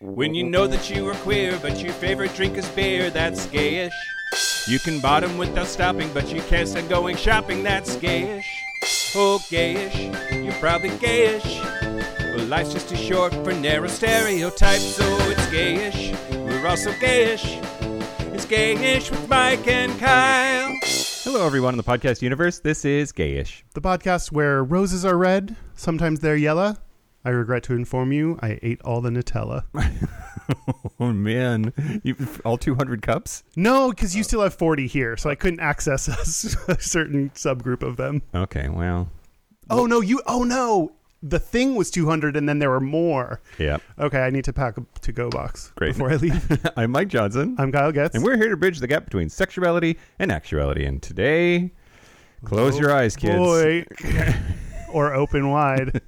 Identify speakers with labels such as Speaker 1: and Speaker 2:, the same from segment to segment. Speaker 1: When you know that you are queer, but your favorite drink is beer, that's gayish. You can bottom without stopping, but you can't stand going shopping, that's gayish. Oh, gayish, you're probably gayish. Well, life's just too short for narrow stereotypes, so it's gayish. We're also gayish. It's gayish with Mike and Kyle. Hello, everyone in the podcast universe. This is gayish.
Speaker 2: The podcast where roses are red, sometimes they're yellow. I regret to inform you, I ate all the Nutella.
Speaker 1: Oh man, you, all 200 cups?
Speaker 2: No, because you still have 40 here, so I couldn't access a, a certain subgroup of them.
Speaker 1: Okay, well,
Speaker 2: Oh no, you. Oh no, the thing was 200, and then there were more.
Speaker 1: yeah.
Speaker 2: Okay, I need to pack a to-go box
Speaker 1: Great.
Speaker 2: before I leave.
Speaker 1: I'm Mike Johnson,
Speaker 2: I'm Kyle Getz.
Speaker 1: and we're here to bridge the gap between sexuality and actuality. And today, close your eyes, kids.
Speaker 2: boy, or open wide.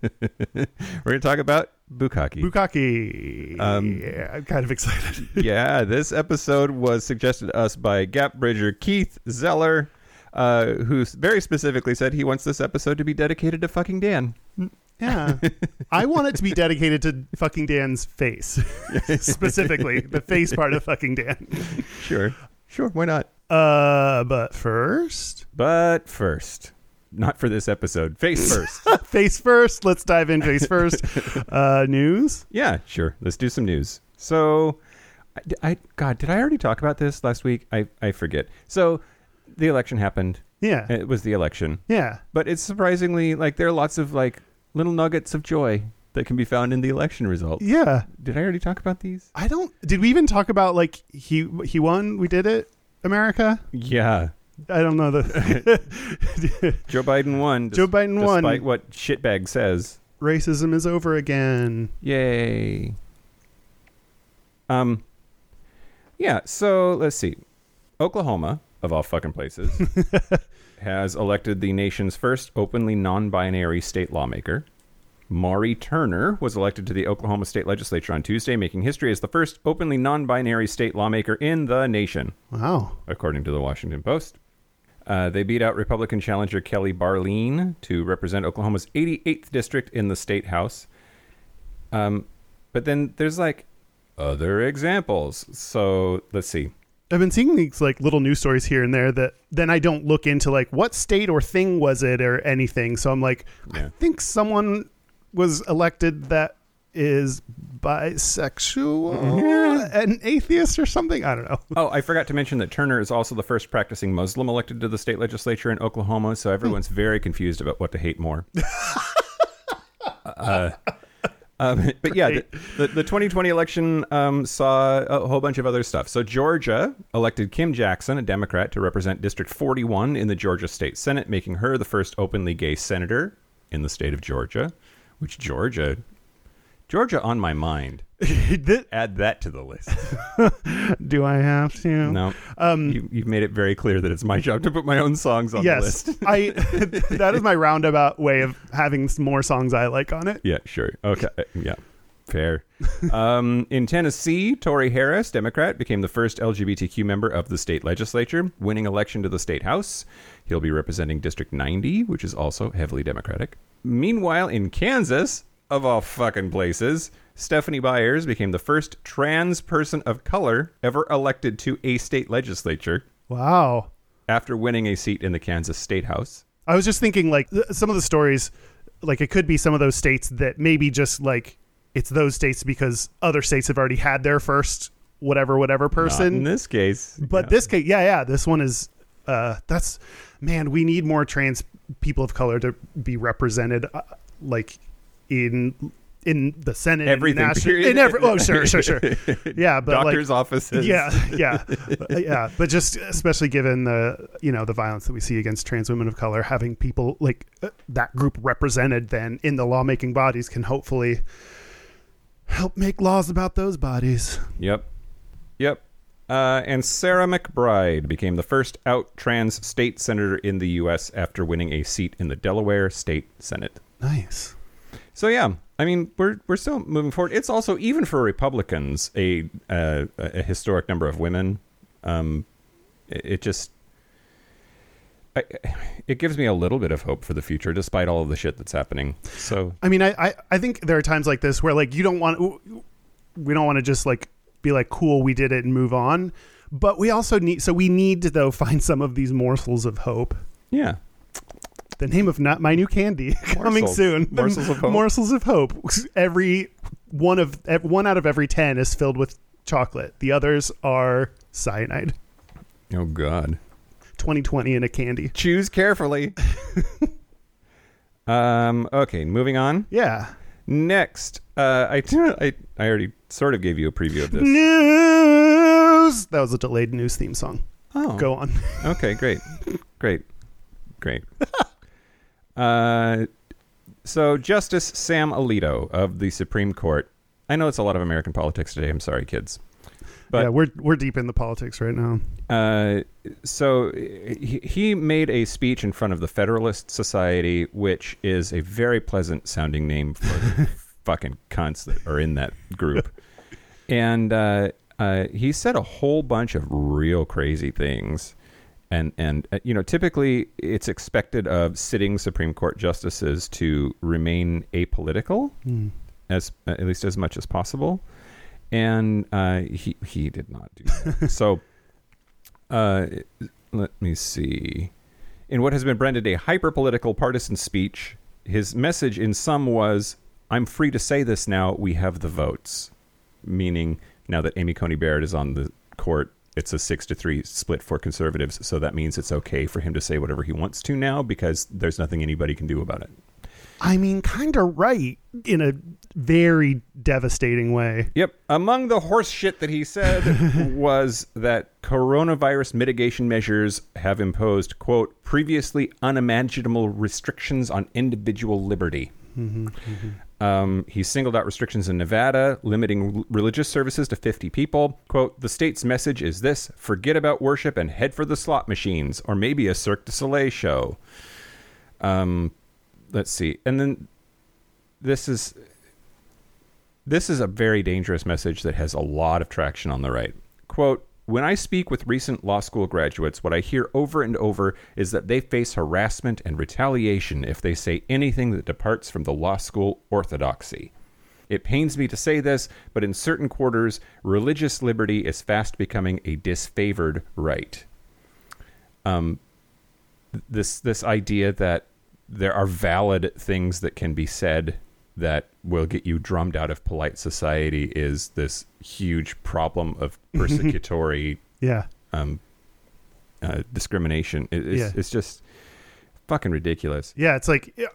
Speaker 1: We're going to talk about bukkake.
Speaker 2: Bukaki.
Speaker 1: Um,
Speaker 2: yeah, I'm kind of excited.
Speaker 1: yeah, this episode was suggested to us by Gap Bridger Keith Zeller, uh, who s- very specifically said he wants this episode to be dedicated to fucking Dan.
Speaker 2: Yeah, I want it to be dedicated to fucking Dan's face, specifically the face part of fucking Dan.
Speaker 1: Sure, sure, why not?
Speaker 2: Uh, but first,
Speaker 1: But first, not for this episode, face first.
Speaker 2: face first. Let's dive in face first. Uh, news.
Speaker 1: Yeah, sure. Let's do some news. So, I, I- God, did I already talk about this last week? I I forget. So, the election happened.
Speaker 2: Yeah,
Speaker 1: It was the election,
Speaker 2: yeah.
Speaker 1: but it's surprisingly like there are lots of like little nuggets of joy that can be found in the election result.
Speaker 2: Yeah,
Speaker 1: Did I already talk about these?
Speaker 2: I don't. Did we even talk about like he he won? We did it, America.
Speaker 1: Yeah,
Speaker 2: I don't know the
Speaker 1: Joe Biden won.
Speaker 2: Joe Biden won.
Speaker 1: despite what shitbag says.
Speaker 2: racism is over again.
Speaker 1: Yay. Um. Yeah. So let's see. Oklahoma, of all fucking places, has elected the nation's first openly non-binary state lawmaker. Maury Turner was elected to the Oklahoma State Legislature on Tuesday, making history as the first openly non-binary state lawmaker in the nation
Speaker 2: Wow.
Speaker 1: according to the Washington Post. Uh, they beat out Republican challenger Kelly Barleen to represent Oklahoma's 88th district in the state house. Um, but then there's like other examples. So let's see.
Speaker 2: I've been seeing these like little news stories here and there that then I don't look into like what state or thing was it or anything. So I'm like,
Speaker 1: Yeah.
Speaker 2: I think someone was elected that is bisexual
Speaker 1: Mm-hmm.
Speaker 2: an atheist or something. I don't know.
Speaker 1: Oh, I forgot to mention that Turner is also the first practicing Muslim elected to the state legislature in Oklahoma. So everyone's very confused about what to hate more. Uh, um, but yeah, the, the, the 2020 election um, saw a whole bunch of other stuff. So Georgia elected Kim Jackson, a Democrat, to represent District 41 in the Georgia State Senate, making her the first openly gay senator in the state of Georgia. Which Georgia, Georgia on my mind. Add that to the list.
Speaker 2: Do I have to?
Speaker 1: No. Um, you, you've made it very clear that it's my job to put my own songs on the
Speaker 2: Yes,
Speaker 1: list.
Speaker 2: I. That is my roundabout way of having s- more songs I like on it.
Speaker 1: Yeah, sure. Okay. Uh, Yeah. Fair. um, in Tennessee, Tori Harris, Democrat, became the first LGBTQ member of the state legislature, winning election to the state house. He'll be representing District 90, which is also heavily Democratic. Meanwhile, in Kansas, of all fucking places, Stephanie Byers became the first trans person of color ever elected to a state legislature
Speaker 2: Wow.
Speaker 1: after winning a seat in the Kansas State House.
Speaker 2: I was just thinking, like th- some of the stories, like it could be some of those states that maybe just like it's those states because other states have already had their first whatever whatever
Speaker 1: Not in
Speaker 2: person.
Speaker 1: this case.
Speaker 2: But
Speaker 1: Yeah.
Speaker 2: this case, yeah, yeah, this one is. Uh, that's man. We need more trans people of color to be represented, uh, like in in the Senate, and
Speaker 1: Everything,
Speaker 2: nation-
Speaker 1: period.
Speaker 2: in every. Oh, sure, sure, sure. Yeah, but like,
Speaker 1: doctor's offices.
Speaker 2: yeah yeah yeah but just especially given the you know the violence that we see against trans women of color having people like uh, that group represented then in the lawmaking bodies can hopefully help make laws about those bodies
Speaker 1: Yep. Yep. Uh, and Sarah McBride became the first out trans state senator in the U.S. after winning a seat in the Delaware State Senate.
Speaker 2: nice
Speaker 1: So yeah, I mean we're we're still moving forward. It's also even for Republicans a uh, a a historic number of women. Um, it, it just I, it gives me a little bit of hope for the future, despite all of the shit that's happening. So
Speaker 2: i mean I, I i think there are times like this where like you don't want we don't want to just like be like cool we did it and move on but we also need so we need to though find some of these morsels of hope
Speaker 1: Yeah.
Speaker 2: the name of not my new candy coming
Speaker 1: Morsels.
Speaker 2: soon The
Speaker 1: Morsels of hope.
Speaker 2: morsels of hope every one of ev- one out of every 10 is filled with chocolate the others are cyanide
Speaker 1: Oh God.
Speaker 2: 2020 in a candy
Speaker 1: Choose carefully. um. Okay. Moving on.
Speaker 2: yeah
Speaker 1: Next. Uh. I. I. I already sort of gave you a preview of this.
Speaker 2: news that was a delayed news theme song
Speaker 1: Oh.
Speaker 2: go on
Speaker 1: Okay, great. Great. Great. uh, so, Justice Sam Alito of the Supreme Court. I know it's a lot of American politics today. I'm sorry, kids. But-
Speaker 2: yeah we're we're deep in the politics right now
Speaker 1: Uh, so, he, he made a speech in front of the Federalist Society, which is a very pleasant sounding name for the fucking cunts that are in that group. and uh, uh, he said a whole bunch of real crazy things. And and uh, you know, typically it's expected of sitting Supreme Court justices to remain apolitical, as at least as much as possible. And uh, he he did not do that. so uh, let me see. In what has been branded a hyperpolitical partisan speech, his message in sum was, "I'm free to say this now. We have the votes." meaning now that Amy Coney Barrett is on the court, it's a six to three split for conservatives. So that means it's okay for him to say whatever he wants to now because there's nothing anybody can do about it.
Speaker 2: I mean, kind of right in a very devastating way.
Speaker 1: Yep. Among the horse shit that he said was that coronavirus mitigation measures have imposed, quote, previously unimaginable restrictions on individual liberty. Um, he singled out restrictions in Nevada, limiting l- religious services to 50 people. Quote, the state's message is this forget about worship and head for the slot machines, or maybe a Cirque du Soleil show. Um, let's see. And then this is this is a very dangerous message that has a lot of traction on the right. Quote When I speak with recent law school graduates, what I hear over and over is that they face harassment and retaliation if they say anything that departs from the law school orthodoxy. It pains me to say this, but in certain quarters, religious liberty is fast becoming a disfavored right this this idea that there are valid things that can be said that will get you drummed out of polite society is this huge problem of
Speaker 2: Mm-hmm.
Speaker 1: persecutory
Speaker 2: Yeah.
Speaker 1: um, uh, discrimination. It, it's,
Speaker 2: Yeah.
Speaker 1: it's just fucking ridiculous.
Speaker 2: Yeah. It's like yeah,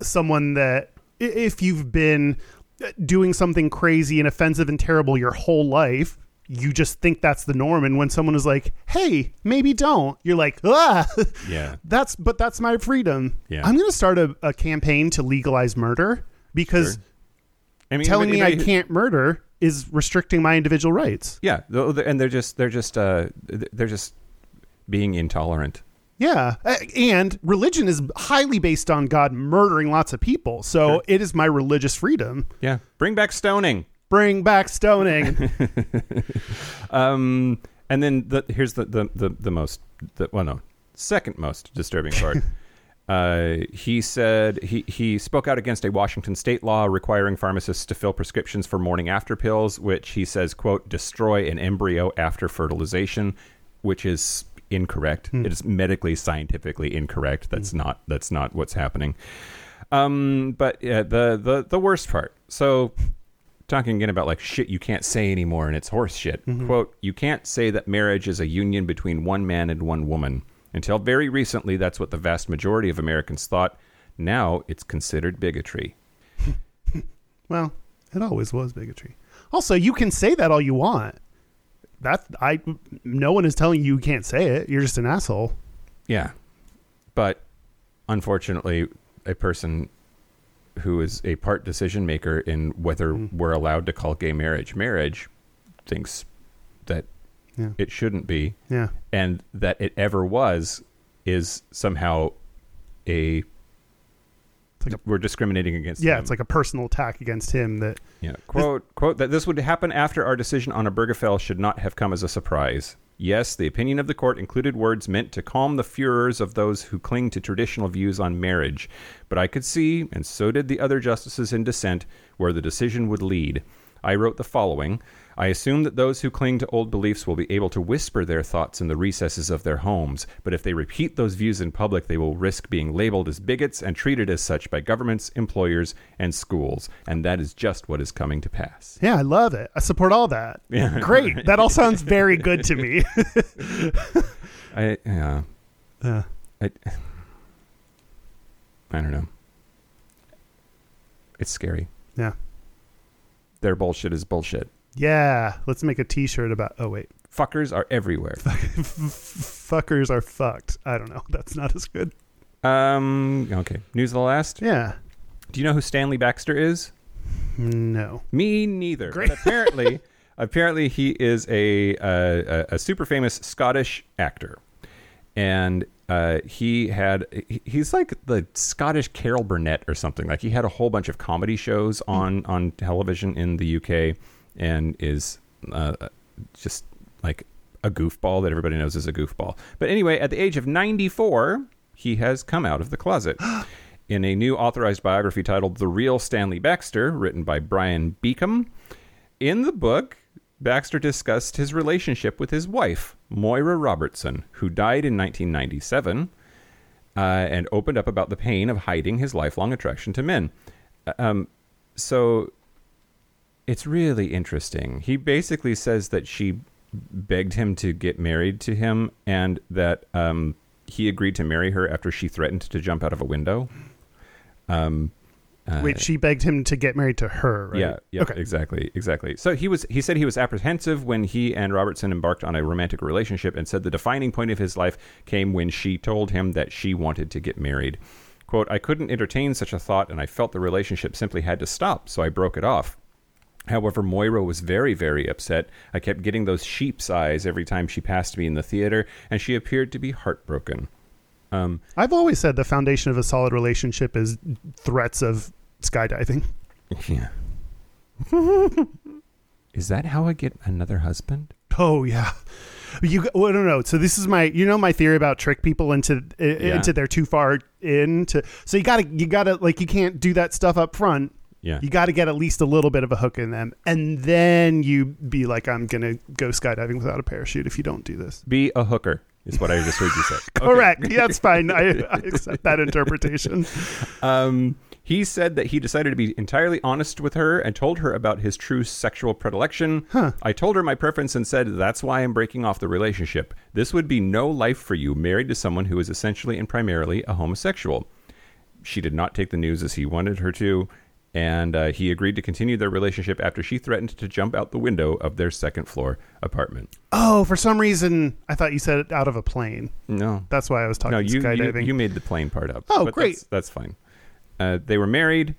Speaker 2: someone that, i- if you've been uh, doing something crazy and offensive and terrible your whole life, you just think that's the norm. And when someone is like, hey, maybe don't, you're like, ah,
Speaker 1: Yeah.
Speaker 2: that's, but that's my freedom.
Speaker 1: Yeah.
Speaker 2: I'm going to start a, a campaign to legalize murder because
Speaker 1: Sure. I mean,
Speaker 2: telling
Speaker 1: anybody-
Speaker 2: me I
Speaker 1: anybody-
Speaker 2: can't murder is restricting my individual rights.
Speaker 1: Yeah, though they're- and they're just they're just uh, they're just being intolerant.
Speaker 2: Yeah, uh, and religion is highly based on God murdering lots of people. So
Speaker 1: Sure.
Speaker 2: it is my religious freedom.
Speaker 1: Yeah, bring back stoning.
Speaker 2: Bring back stoning.
Speaker 1: Um, and then the, here's the, the, the, the most, the, well, no, second most disturbing part. uh, he said he, he spoke out against a Washington state law requiring pharmacists to fill prescriptions for morning after pills, which he says, quote, destroy an embryo after fertilization, which is incorrect. It is medically, scientifically incorrect. That's not, that's not what's happening. Um, but uh, the, the, the worst part. So talking again about like shit you can't say anymore and it's horse shit. Quote, you can't say that marriage is a union between one man and one woman. Until very recently, that's what the vast majority of Americans thought. Now it's considered bigotry.
Speaker 2: well, it always was bigotry. Also, you can say that all you want. That I, no one is telling you you can't say it. You're just an asshole.
Speaker 1: Yeah. But unfortunately, a person who is a part decision maker in whether we're allowed to call gay marriage marriage thinks that
Speaker 2: Yeah.
Speaker 1: it shouldn't be
Speaker 2: Yeah,
Speaker 1: and that it ever was is somehow a
Speaker 2: like a-
Speaker 1: we're discriminating against
Speaker 2: yeah.
Speaker 1: them.
Speaker 2: It's like a personal attack against him. That
Speaker 1: yeah quote quote that this would happen after our decision on Obergefell should not have come as a surprise yes the opinion of the court included words meant to calm the furors of those who cling to traditional views on marriage but i could see and so did the other justices in dissent where the decision would lead I wrote the following I assume that those who cling to old beliefs will be able to whisper their thoughts in the recesses of their homes, but if they repeat those views in public, they will risk being labeled as bigots and treated as such by governments, employers, and schools. And that is just what is coming to pass.
Speaker 2: Yeah, I love it. I support all that. Great. That all sounds very good to me.
Speaker 1: I, yeah,
Speaker 2: yeah.
Speaker 1: I, I don't know. It's scary.
Speaker 2: Yeah.
Speaker 1: Their bullshit is bullshit.
Speaker 2: Yeah. Let's make a t shirt about. Oh, wait.
Speaker 1: Fuckers are everywhere.
Speaker 2: Fuckers are fucked. I don't know. That's not as good.
Speaker 1: Um, okay. News of the last.
Speaker 2: Yeah.
Speaker 1: Do you know who Stanley Baxter is?
Speaker 2: No.
Speaker 1: Me neither.
Speaker 2: Great.
Speaker 1: But apparently, apparently he is a uh, a, a super famous Scottish actor, and uh, he had he- he's like the Scottish Carol Burnett or something. Like he had a whole bunch of comedy shows on on television in the UK, and is uh, just like a goofball that everybody knows is a goofball. But anyway, at the age of 94, he has come out of the closet. In a new authorized biography titled The Real Stanley Baxter, written by Brian Beacom, in the book, Baxter discussed his relationship with his wife, Moira Robertson, who died in 1997, uh, and opened up about the pain of hiding his lifelong attraction to men. Uh, Um, so it's really interesting. He basically says that she begged him to get married to him and that um, he agreed to marry her after she threatened to jump out of a window.
Speaker 2: Wait, she begged him to get married to her, right?
Speaker 1: Yeah, yeah,
Speaker 2: Okay.
Speaker 1: exactly, exactly. So he was he said he was apprehensive when he and Robertson embarked on a romantic relationship and said the defining point of his life came when she told him that she wanted to get married. Quote, I couldn't entertain such a thought and I felt the relationship simply had to stop, so I broke it off. However, Moira was very, very upset. I kept getting those sheep's eyes every time she passed me in the theater, and she appeared to be heartbroken.
Speaker 2: I've always said the foundation of a solid relationship is threats of skydiving.
Speaker 1: Yeah. Is that how I get another husband?
Speaker 2: Oh yeah. You g- well, no no. So this is my you know my theory about trick people into i
Speaker 1: Yeah.
Speaker 2: into they're too far into. So you gotta you gotta like you can't do that stuff up front.
Speaker 1: Yeah.
Speaker 2: You gotta get at least a little bit of a hook in them, and then you be like, I'm gonna go skydiving without a parachute if you don't do this.
Speaker 1: Be a hooker is what I just heard you say. Okay.
Speaker 2: Correct. Yeah, that's fine. I, I accept that interpretation.
Speaker 1: Um, he said that he decided to be entirely honest with her and told her about his true sexual predilection. I told her my preference and said, That's why I'm breaking off the relationship. This would be no life for you married to someone who is essentially and primarily a homosexual. She did not take the news as he wanted her to, and uh, he agreed to continue their relationship after she threatened to jump out the window of their second floor apartment.
Speaker 2: Oh, for some reason, I thought you said it out of a plane.
Speaker 1: No.
Speaker 2: That's why I was talking
Speaker 1: no, you,
Speaker 2: skydiving.
Speaker 1: you you made the plane part up.
Speaker 2: Oh,
Speaker 1: But
Speaker 2: great.
Speaker 1: That's, that's fine. Uh, they were married,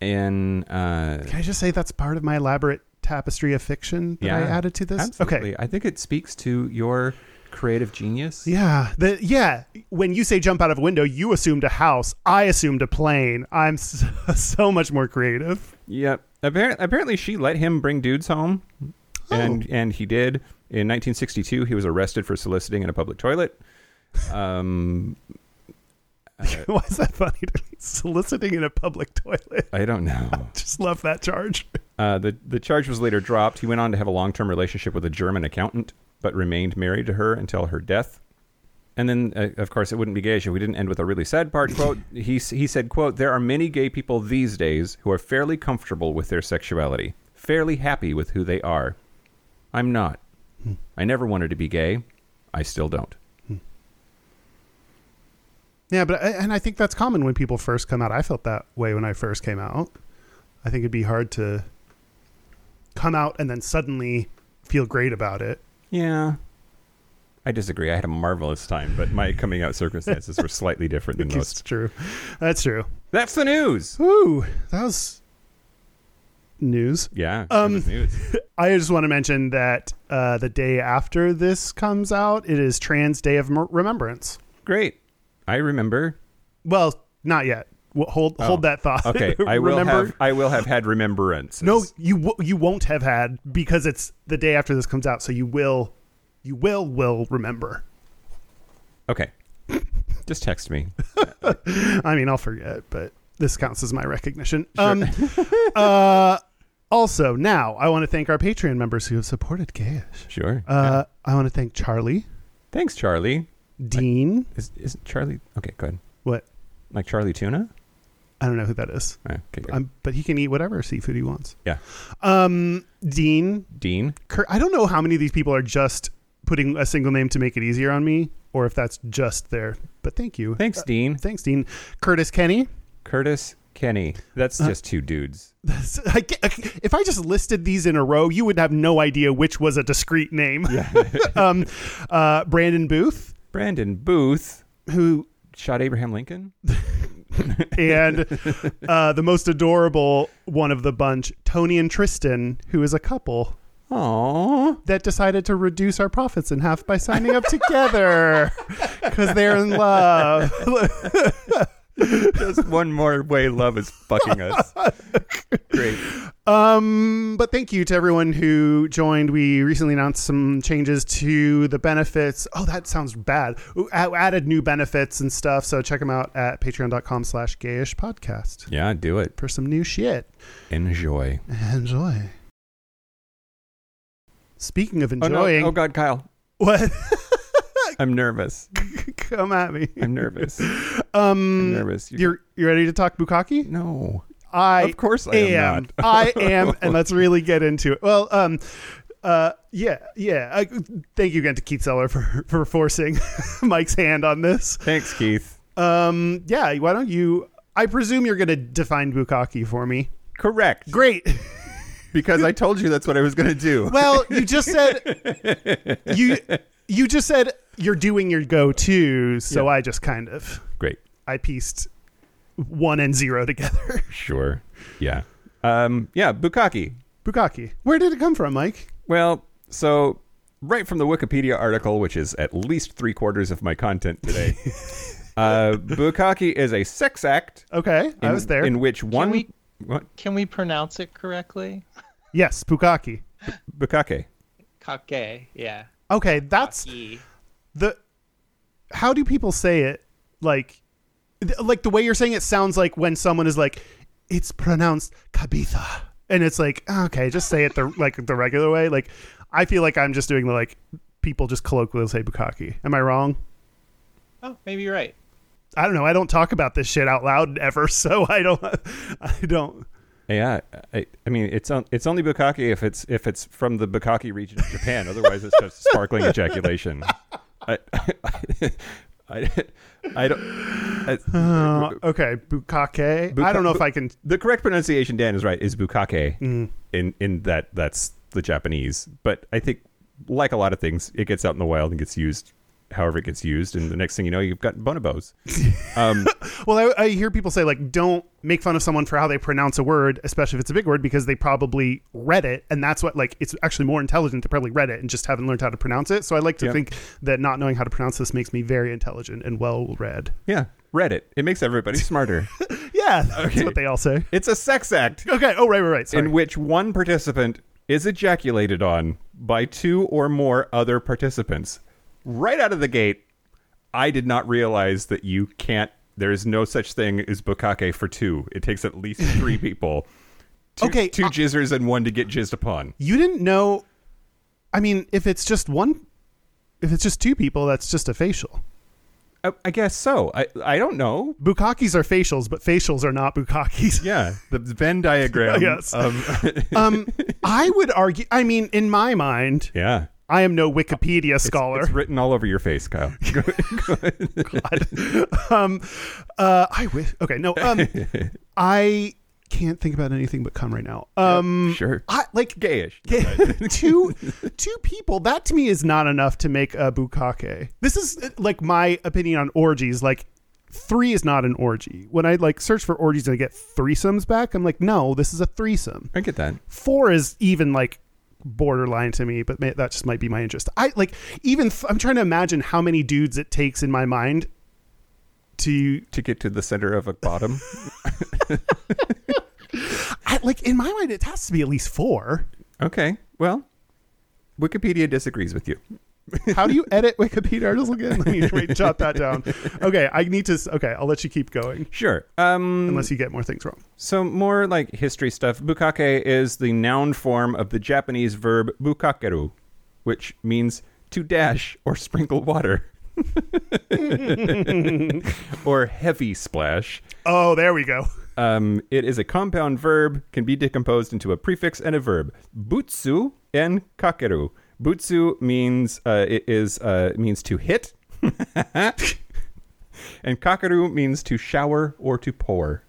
Speaker 1: and uh,
Speaker 2: Can I just say that's part of my elaborate tapestry of fiction that I
Speaker 1: Yeah,
Speaker 2: added to this?
Speaker 1: absolutely.
Speaker 2: Okay.
Speaker 1: I think it speaks to your creative genius.
Speaker 2: Yeah. The, yeah. When you say jump out of a window, you assumed a house. I assumed a plane. I'm s so much more creative.
Speaker 1: Yep. Apparently, apparently, she let him bring dudes home,
Speaker 2: Oh.
Speaker 1: and and he did. In 1962, he was arrested for soliciting in a public toilet. Um,
Speaker 2: Why is that funny to me? Soliciting in a public toilet.
Speaker 1: I don't know.
Speaker 2: Just love that charge.
Speaker 1: Uh, the the charge was later dropped. He went on to have a long term relationship with a German accountant, but remained married to her until her death. And then, uh, of course, it wouldn't be gay if we didn't end with a really sad part. Quote: He s- he said, "quote There are many gay people these days who are fairly comfortable with their sexuality, fairly happy with who they are. I'm not. I never wanted to be gay. I still don't.
Speaker 2: Yeah, but uh, and I think that's common when people first come out. I felt that way when I first came out. I think it'd be hard to come out and then suddenly feel great about it.
Speaker 1: Yeah." I disagree. I had a marvelous time, but my coming out circumstances were slightly different than
Speaker 2: That's
Speaker 1: most.
Speaker 2: true. That's true.
Speaker 1: That's the news.
Speaker 2: Ooh, that was news.
Speaker 1: Yeah. it
Speaker 2: Um,
Speaker 1: was news.
Speaker 2: I just want to mention that uh, the day after this comes out, it is Trans Day of Mer- Remembrance.
Speaker 1: Great. I remember.
Speaker 2: Well, not yet. Well, hold hold that thought.
Speaker 1: Oh, Okay, I will
Speaker 2: Remember-
Speaker 1: have I will have had remembrance.
Speaker 2: No, you w- you won't have had because it's the day after this comes out. So you will, you will will remember.
Speaker 1: Okay. Just text me.
Speaker 2: I mean, I'll forget, but this counts as my recognition. Um, uh, Also, now I want to thank our Patreon members who have supported Gayish.
Speaker 1: Sure.
Speaker 2: Uh, I want to thank Charlie,
Speaker 1: Thanks, Charlie.
Speaker 2: Dean.
Speaker 1: Is is Charlie? Okay, go ahead.
Speaker 2: what?
Speaker 1: Like Charlie Tuna.
Speaker 2: I don't know who that is.
Speaker 1: Okay, good.
Speaker 2: Um, but he can eat whatever seafood he wants.
Speaker 1: yeah.
Speaker 2: Um, Dean,
Speaker 1: Dean.
Speaker 2: Kurt, I don't know how many of these people are just putting a single name to make it easier on me, or if that's just there. But thank you. Uh,
Speaker 1: Thanks, Dean.
Speaker 2: Thanks, Dean. Curtis Kenny.
Speaker 1: Curtis Kenny. That's
Speaker 2: Uh-huh.
Speaker 1: just two dudes.
Speaker 2: I get- if I just listed these in a row, you would have no idea which was a discrete name. um, uh, Brandon Booth,
Speaker 1: Brandon Booth
Speaker 2: who
Speaker 1: shot Abraham Lincoln.
Speaker 2: and uh, the most adorable one of the bunch, Tony and Tristan, who is a couple
Speaker 1: Aww.
Speaker 2: that decided to reduce our profits in half by signing up together because they're in love.
Speaker 1: Just one more way love is fucking us. Great.
Speaker 2: Um, but thank you to everyone who joined. We recently announced some changes to the benefits. Oh, that sounds bad. Ooh, a- added new benefits and stuff. So check them out at patreon.com slash gayish podcast
Speaker 1: Yeah, do it.
Speaker 2: for some new shit.
Speaker 1: Enjoy.
Speaker 2: Enjoy. Speaking of
Speaker 1: Oh, no.
Speaker 2: enjoying,
Speaker 1: oh God, Kyle.
Speaker 2: what?
Speaker 1: I'm nervous.
Speaker 2: Come at me.
Speaker 1: I'm nervous.
Speaker 2: Um,
Speaker 1: I'm nervous. You-
Speaker 2: You're you ready to talk Bukaki?
Speaker 1: No.
Speaker 2: I
Speaker 1: of course I am.
Speaker 2: am.
Speaker 1: not.
Speaker 2: I am, and let's really get into it. Well, um, uh, yeah, yeah. I, thank you again to Keith Seller for for forcing Mike's hand on this.
Speaker 1: Thanks, Keith.
Speaker 2: Um, yeah. Why don't you? I presume you're going to define bukkake for me.
Speaker 1: Correct.
Speaker 2: Great.
Speaker 1: Because I told you that's what I was going to do.
Speaker 2: Well, you just said you you just said you're doing your go to, so
Speaker 1: Yeah.
Speaker 2: I just kind of
Speaker 1: Great.
Speaker 2: I pieced one and zero together.
Speaker 1: Sure. Yeah. Um, yeah, Bukaki.
Speaker 2: bukkake. Where did it come from, Mike?
Speaker 1: Well, so right from the Wikipedia article, which is at least three quarters of my content today, uh, bukkake is a sex act.
Speaker 2: Okay, I
Speaker 1: in-
Speaker 2: was there.
Speaker 1: In which one.
Speaker 3: we-
Speaker 1: What?
Speaker 3: Can we pronounce it correctly?
Speaker 2: yes, bukkake.
Speaker 1: Bukkake.
Speaker 3: Kake, yeah.
Speaker 2: Okay, that's
Speaker 3: E.
Speaker 2: the. How do people say it? Like, th- like the way you're saying it sounds like when someone is like, it's pronounced kabitha, and it's like, "Ah, okay, just say it the like the regular way. Like, I feel like I'm just doing the like people just colloquially say bukkake. Am I wrong?
Speaker 3: Oh, maybe you're right.
Speaker 2: I don't know. I don't talk about this shit out loud ever, so I don't. I don't.
Speaker 1: Yeah, I, I mean it's on, it's only bukkake if it's if it's from the bukkake region of Japan. Otherwise, it's just sparkling ejaculation. I, I, I, I don't. I,
Speaker 2: Uh, okay, bukkake.
Speaker 1: Bukka-
Speaker 2: I don't know if
Speaker 1: bu-
Speaker 2: I can.
Speaker 1: the correct pronunciation, Dan, is right. Is bukkake in in that that's the Japanese. But I think, like a lot of things, it gets out in the wild and gets used however it gets used. And the next thing you know, you've got bonobos. Um,
Speaker 2: Well, I, I hear people say like, don't make fun of someone for how they pronounce a word, especially if it's a big word, because they probably read it, and that's what like it's actually more intelligent. They probably read it and just haven't learned how to pronounce it. So I like to
Speaker 1: Yeah.
Speaker 2: think that not knowing how to pronounce this makes me very intelligent and well read.
Speaker 1: yeah, Reddit. It makes everybody smarter.
Speaker 2: Yeah, that's
Speaker 1: Okay.
Speaker 2: what they all say.
Speaker 1: it's a sex act.
Speaker 2: Okay. Oh, right, right, right. Sorry.
Speaker 1: in which one participant is ejaculated on by two or more other participants. Right out of the gate, I did not realize that you can't. There is no such thing as bukkake for two. It takes at least three people. Two,
Speaker 2: Okay,
Speaker 1: two
Speaker 2: I-
Speaker 1: jizzers and one to get jizzed upon.
Speaker 2: you didn't know. I mean, if it's just one, if it's just two people, that's just a facial.
Speaker 1: I, I guess so. I I don't know.
Speaker 2: Bukakis are facials, but facials are not bukakis.
Speaker 1: Yeah, the Venn diagram.
Speaker 2: Yes.
Speaker 1: Of,
Speaker 2: Um, I would argue. I mean, in my mind,
Speaker 1: yeah.
Speaker 2: I am no Wikipedia scholar.
Speaker 1: It's written all over your face, Kyle.
Speaker 2: um, uh, I wish. Okay, no. Um, I can't think about anything but cum right now. Um,
Speaker 1: sure.
Speaker 2: I like
Speaker 1: Gayish.
Speaker 2: two two people. That to me is not enough to make a bukkake. This is uh, like my opinion on orgies. Like three is not an orgy. When I like search for orgies and I get threesomes back, I'm like, no, this is a threesome.
Speaker 1: I get that.
Speaker 2: Four is even like borderline to me, but may, that just might be my interest. I like even th- I'm trying to imagine how many dudes it takes in my mind to
Speaker 1: To get to the center of a bottom.
Speaker 2: I, like in my mind it has to be at least four
Speaker 1: Okay. Well, Wikipedia disagrees with you.
Speaker 2: How do you edit Wikipedia articles again? Let me wait, jot that down. Okay, I need to. s- Okay, I'll let you keep going
Speaker 1: Sure. Um,
Speaker 2: unless you get more things wrong.
Speaker 1: So more like history stuff. Bukake is the noun form of the Japanese verb bukakeru, which means to dash or sprinkle water. or heavy splash.
Speaker 2: Oh, there we go.
Speaker 1: Um, it is a compound verb, can be decomposed into a prefix and a verb. Butsu and kakeru. Butsu means uh, it is uh, means to hit, and kakeru means to shower or to pour.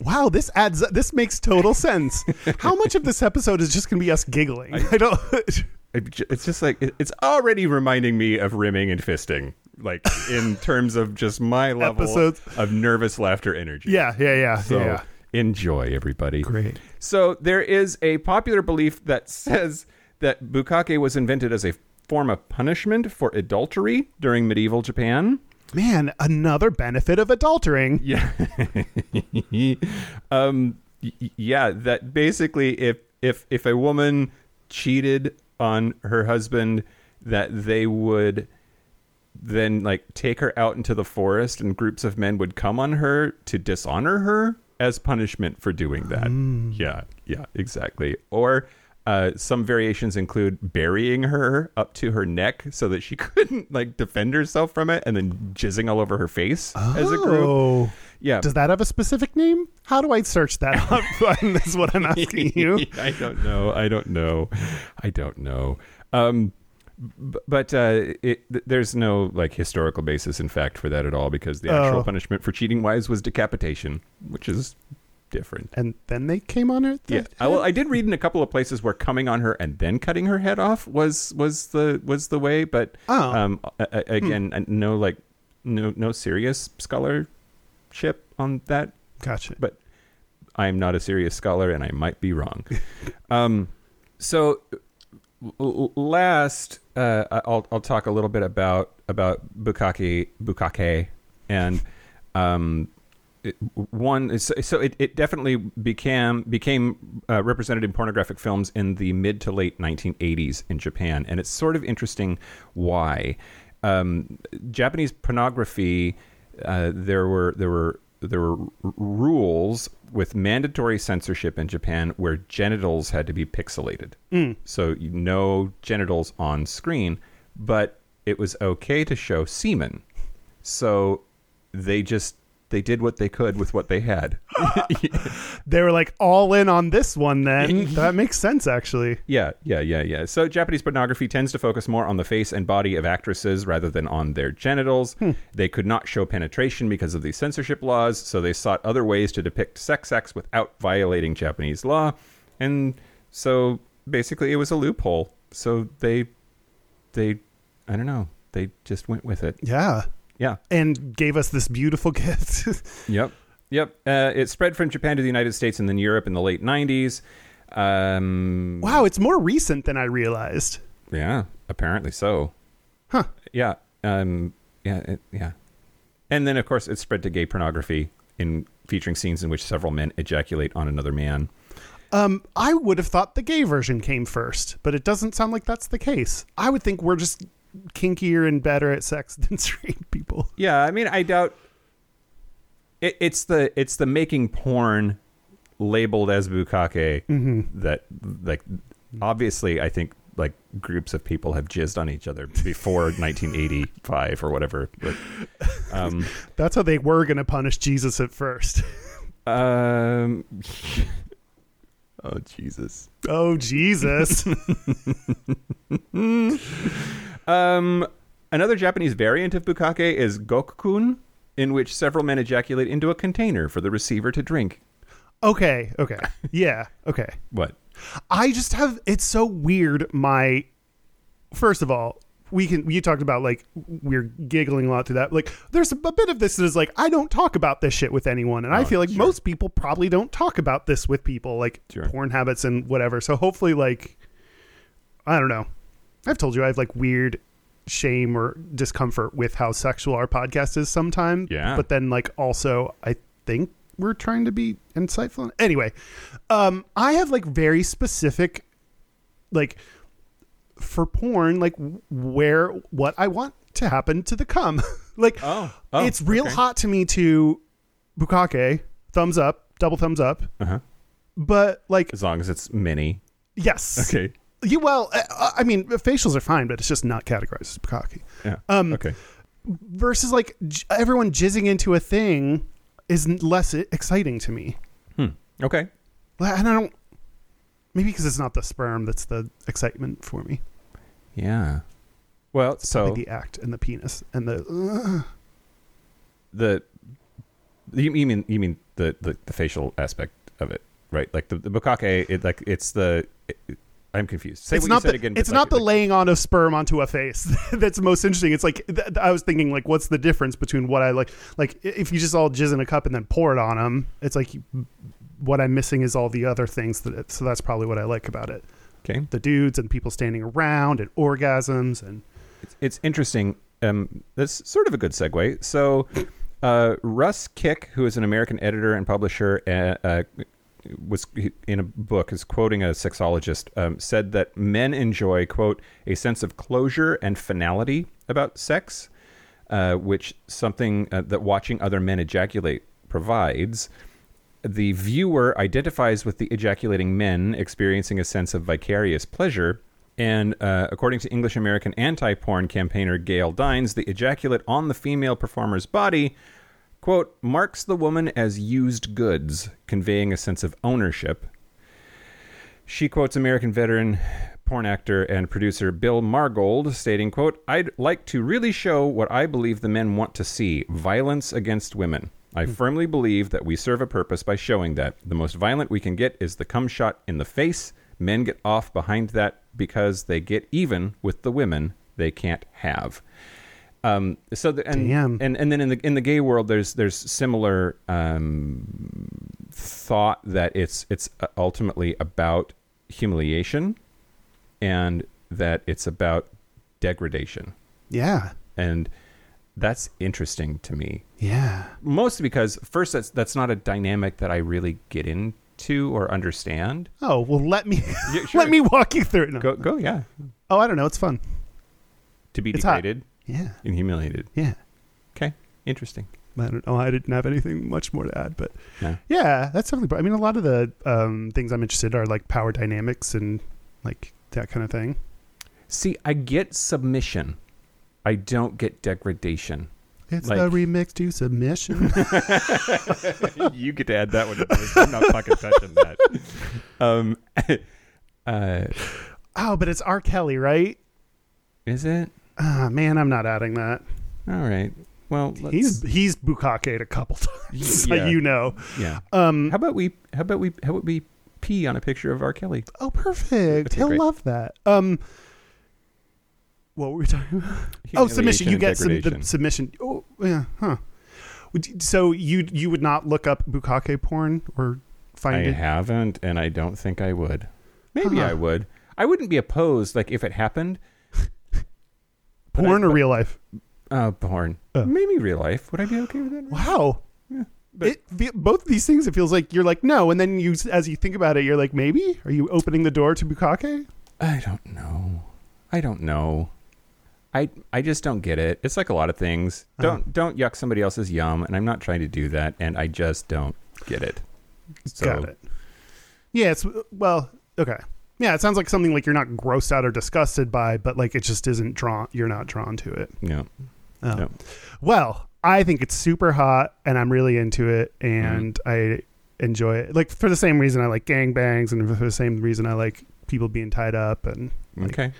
Speaker 2: Wow, this adds. This makes total sense. How much of this episode is just going to be us giggling? I don't.
Speaker 1: It j- it's just like it- it's already reminding me of rimming and fisting like in terms of just my level
Speaker 2: Episodes.
Speaker 1: of nervous laughter energy
Speaker 2: Yeah, yeah, yeah,
Speaker 1: so
Speaker 2: yeah.
Speaker 1: enjoy everybody
Speaker 2: Great.
Speaker 1: so there is a popular belief that says that bukake was invented as a form of punishment for adultery during medieval japan
Speaker 2: Man, another benefit of adultering.
Speaker 1: yeah. um. y- y- Yeah. That basically, if if if a woman cheated on her husband, that they would then like take her out into the forest, and groups of men would come on her to dishonor her as punishment for doing that. Yeah. Yeah. Exactly. Or. Uh, some variations include burying her up to her neck so that she couldn't like defend herself from it, and then jizzing all over her face as a group.
Speaker 2: Oh.
Speaker 1: Yeah.
Speaker 2: Does that have a specific name? How do I search that up? That's what I'm asking you.
Speaker 1: I don't know. I don't know. I don't know. Um, b- but uh, it, th- there's no like historical basis in fact for that at all because the actual
Speaker 2: Oh.
Speaker 1: punishment for cheating wise was decapitation, which is different.
Speaker 2: And then they came on Earth.
Speaker 1: Yeah, I, well, I did read in a couple of places where coming on her and then cutting her head off was was the was the way, but
Speaker 2: Oh.
Speaker 1: um, a- a- again, uh, no like no no serious scholarship on that
Speaker 2: Gotcha.
Speaker 1: but I am not a serious scholar and I might be wrong. um, so l- l- last, uh, I'll, I'll talk a little bit about, about Bukake, Bukake and, um, it- one so, so it, it definitely became became uh, represented in pornographic films in the mid to late 1980s in Japan, and it's sort of interesting why um, Japanese pornography uh, there were there were there were r- rules with mandatory censorship in Japan where genitals had to be pixelated, so you- no genitals on screen, but it was okay to show semen so they just they did what they could with what they had
Speaker 2: They were like all in on this one then. that makes sense actually.
Speaker 1: yeah yeah yeah yeah so japanese pornography tends to focus more on the face and body of actresses rather than on their genitals they could not show penetration because of these censorship laws so they sought other ways to depict sex acts without violating japanese law and so basically it was a loophole so they they i don't know they just went with it
Speaker 2: Yeah.
Speaker 1: yeah
Speaker 2: And gave us this beautiful gift.
Speaker 1: Yep. Yep. Uh, it spread from Japan to the United States and then Europe in the late 90s. Um,
Speaker 2: wow, it's more recent than I realized.
Speaker 1: Yeah, apparently so.
Speaker 2: Huh.
Speaker 1: Yeah. Um, yeah. It, yeah. And then, of course, it spread to gay pornography in featuring scenes in which several men ejaculate on another man.
Speaker 2: Um, I would have thought the gay version came first, but it doesn't sound like that's the case. I would think we're just kinkier and better at sex than straight people.
Speaker 1: Yeah, I mean, I doubt it, it's the it's the making porn labeled as bukake that like obviously I think like groups of people have jizzed on each other before 1985 or whatever. But, um,
Speaker 2: That's how they were going to punish Jesus at first.
Speaker 1: um, oh Jesus.
Speaker 2: Oh, Jesus.
Speaker 1: Um, another Japanese variant of bukake is gokukun, in which several men ejaculate into a container for the receiver to drink.
Speaker 2: okay, okay. Yeah, okay.
Speaker 1: What?
Speaker 2: I just have it's so weird my first of all we can you talked about like we're giggling a lot through that like there's a bit of this that is like I don't talk about this shit with anyone and I
Speaker 1: Oh,
Speaker 2: feel like
Speaker 1: sure.
Speaker 2: most people probably don't talk about this with people like
Speaker 1: Sure.
Speaker 2: porn habits and whatever so hopefully like I don't know I've told you I have like weird shame or discomfort with how sexual our podcast is sometimes
Speaker 1: Yeah.
Speaker 2: but then like also I think we're trying to be insightful anyway um I have like very specific like for porn, like where what I want to happen to the cum. like
Speaker 1: Oh, oh,
Speaker 2: it's real
Speaker 1: okay.
Speaker 2: hot to me to bukake, thumbs up, double thumbs up.
Speaker 1: Uh-huh.
Speaker 2: But like
Speaker 1: As long as it's mini.
Speaker 2: yes,
Speaker 1: Okay.
Speaker 2: You well, uh, I, I mean facials are fine, but it's just not categorized as bukkake.
Speaker 1: Yeah.
Speaker 2: Um,
Speaker 1: okay.
Speaker 2: Versus like j- everyone jizzing into a thing is n- less e- exciting to me.
Speaker 1: Okay.
Speaker 2: Well, And I don't. Maybe because it's not the sperm that's the excitement for me.
Speaker 1: Yeah. Well, so
Speaker 2: the act and the penis and the
Speaker 1: the you, you mean you mean the, the the facial aspect of it, right? Like the the bukkake, it like it's the. It, I'm confused. Say
Speaker 2: it's
Speaker 1: what
Speaker 2: not
Speaker 1: you said
Speaker 2: the,
Speaker 1: again. but,
Speaker 2: it's
Speaker 1: like,
Speaker 2: not the
Speaker 1: like-
Speaker 2: laying on of sperm onto a face that's most interesting. It's like th- th- I was thinking like what's the difference between what I like like i- if you just all jizz in a cup and then pour it on them, it's like you- what I'm missing is all the other things that it, so that's probably what I like about it.
Speaker 1: Okay.
Speaker 2: The dudes and people standing around and orgasms and
Speaker 1: It's, it's interesting. Um, that's sort of a good segue. So, uh, Russ Kick, who is an American editor and publisher, uh, uh, was in a book is quoting a sexologist um, said that men enjoy quote a sense of closure and finality about sex, uh, which something uh, that watching other men ejaculate provides. The viewer identifies with the ejaculating men, experiencing a sense of vicarious pleasure. And uh, according to English American anti porn campaigner Gail Dines, the ejaculate on the female performer's body, quote, marks the woman as used goods, conveying a sense of ownership. She quotes American veteran porn actor and producer Bill Margold stating, quote, I'd like to really show what I believe the men want to see, violence against women. I firmly believe that we serve a purpose by showing that. The most violent we can get is the cum shot in the face. Men get off behind that because they get even with the women they can't have. Um, so the, and,
Speaker 2: Damn.
Speaker 1: and and then in the in the gay world there's there's similar um, thought that it's it's uh, ultimately about humiliation and that it's about degradation
Speaker 2: yeah.
Speaker 1: and that's interesting to me
Speaker 2: Yeah.
Speaker 1: mostly because first that's that's not a dynamic that I really get into or understand
Speaker 2: Oh, well let me
Speaker 1: Yeah, sure.
Speaker 2: let me walk you through it. No.
Speaker 1: go go yeah
Speaker 2: Oh, I don't know, it's fun.
Speaker 1: to be
Speaker 2: It's hot.
Speaker 1: degraded
Speaker 2: Yeah.
Speaker 1: and humiliated
Speaker 2: Yeah.
Speaker 1: okay interesting
Speaker 2: I don't know. I didn't have anything much more to add, but
Speaker 1: No.
Speaker 2: yeah, that's definitely. I mean, a lot of the um, things I'm interested are like power dynamics and like that kind of thing.
Speaker 1: see I get submission I don't get degradation
Speaker 2: It's
Speaker 1: Like-
Speaker 2: the remix to submission.
Speaker 1: you get to add that one. I'm not fucking touching that. Um, uh,
Speaker 2: oh, but it's R. Kelly, right?
Speaker 1: is it
Speaker 2: Ah, man, I'm not adding that.
Speaker 1: all right? Well, let's,
Speaker 2: He's he's bukkake a couple times,
Speaker 1: Yeah.
Speaker 2: like you know.
Speaker 1: yeah.
Speaker 2: Um,
Speaker 1: How about we? How about we? How about we pee on a picture of R. Kelly?
Speaker 2: oh, perfect.
Speaker 1: Okay,
Speaker 2: He'll
Speaker 1: great.
Speaker 2: love that. Um, what were we talking about? Oh, submission. You get some the submission. Oh, yeah, huh? Would you- So you you would not look up bukkake porn or
Speaker 1: I
Speaker 2: find it?
Speaker 1: haven't, and I don't think I would. Maybe
Speaker 2: Huh.
Speaker 1: I would. I wouldn't be opposed. Like if it happened, But I-
Speaker 2: porn or
Speaker 1: but-
Speaker 2: real life?
Speaker 1: uh, porn.
Speaker 2: Oh.
Speaker 1: Maybe real life. Would I be okay with that?
Speaker 2: Wow.
Speaker 1: Yeah, but-
Speaker 2: It fe both of these things, it feels like you're like no, and then you, as you think about it, you're like maybe. Are you opening the door to bukkake?
Speaker 1: I don't know. I don't know. I I just don't get it. It's like a lot of things.
Speaker 2: Uh-huh.
Speaker 1: Don't don't yuck somebody else's yum, and I'm not trying to do that, and I just don't get it. So,
Speaker 2: Got it. Yeah, it's well, okay. Yeah, it sounds like something like you're not grossed out or disgusted by, but like it just isn't drawn. You're not drawn to it.
Speaker 1: No.
Speaker 2: Oh.
Speaker 1: No.
Speaker 2: Well, I think it's super hot and I'm really into it and I enjoy it. Like for the same reason I like gangbangs and for the same reason I like people being tied up and like,
Speaker 1: Okay.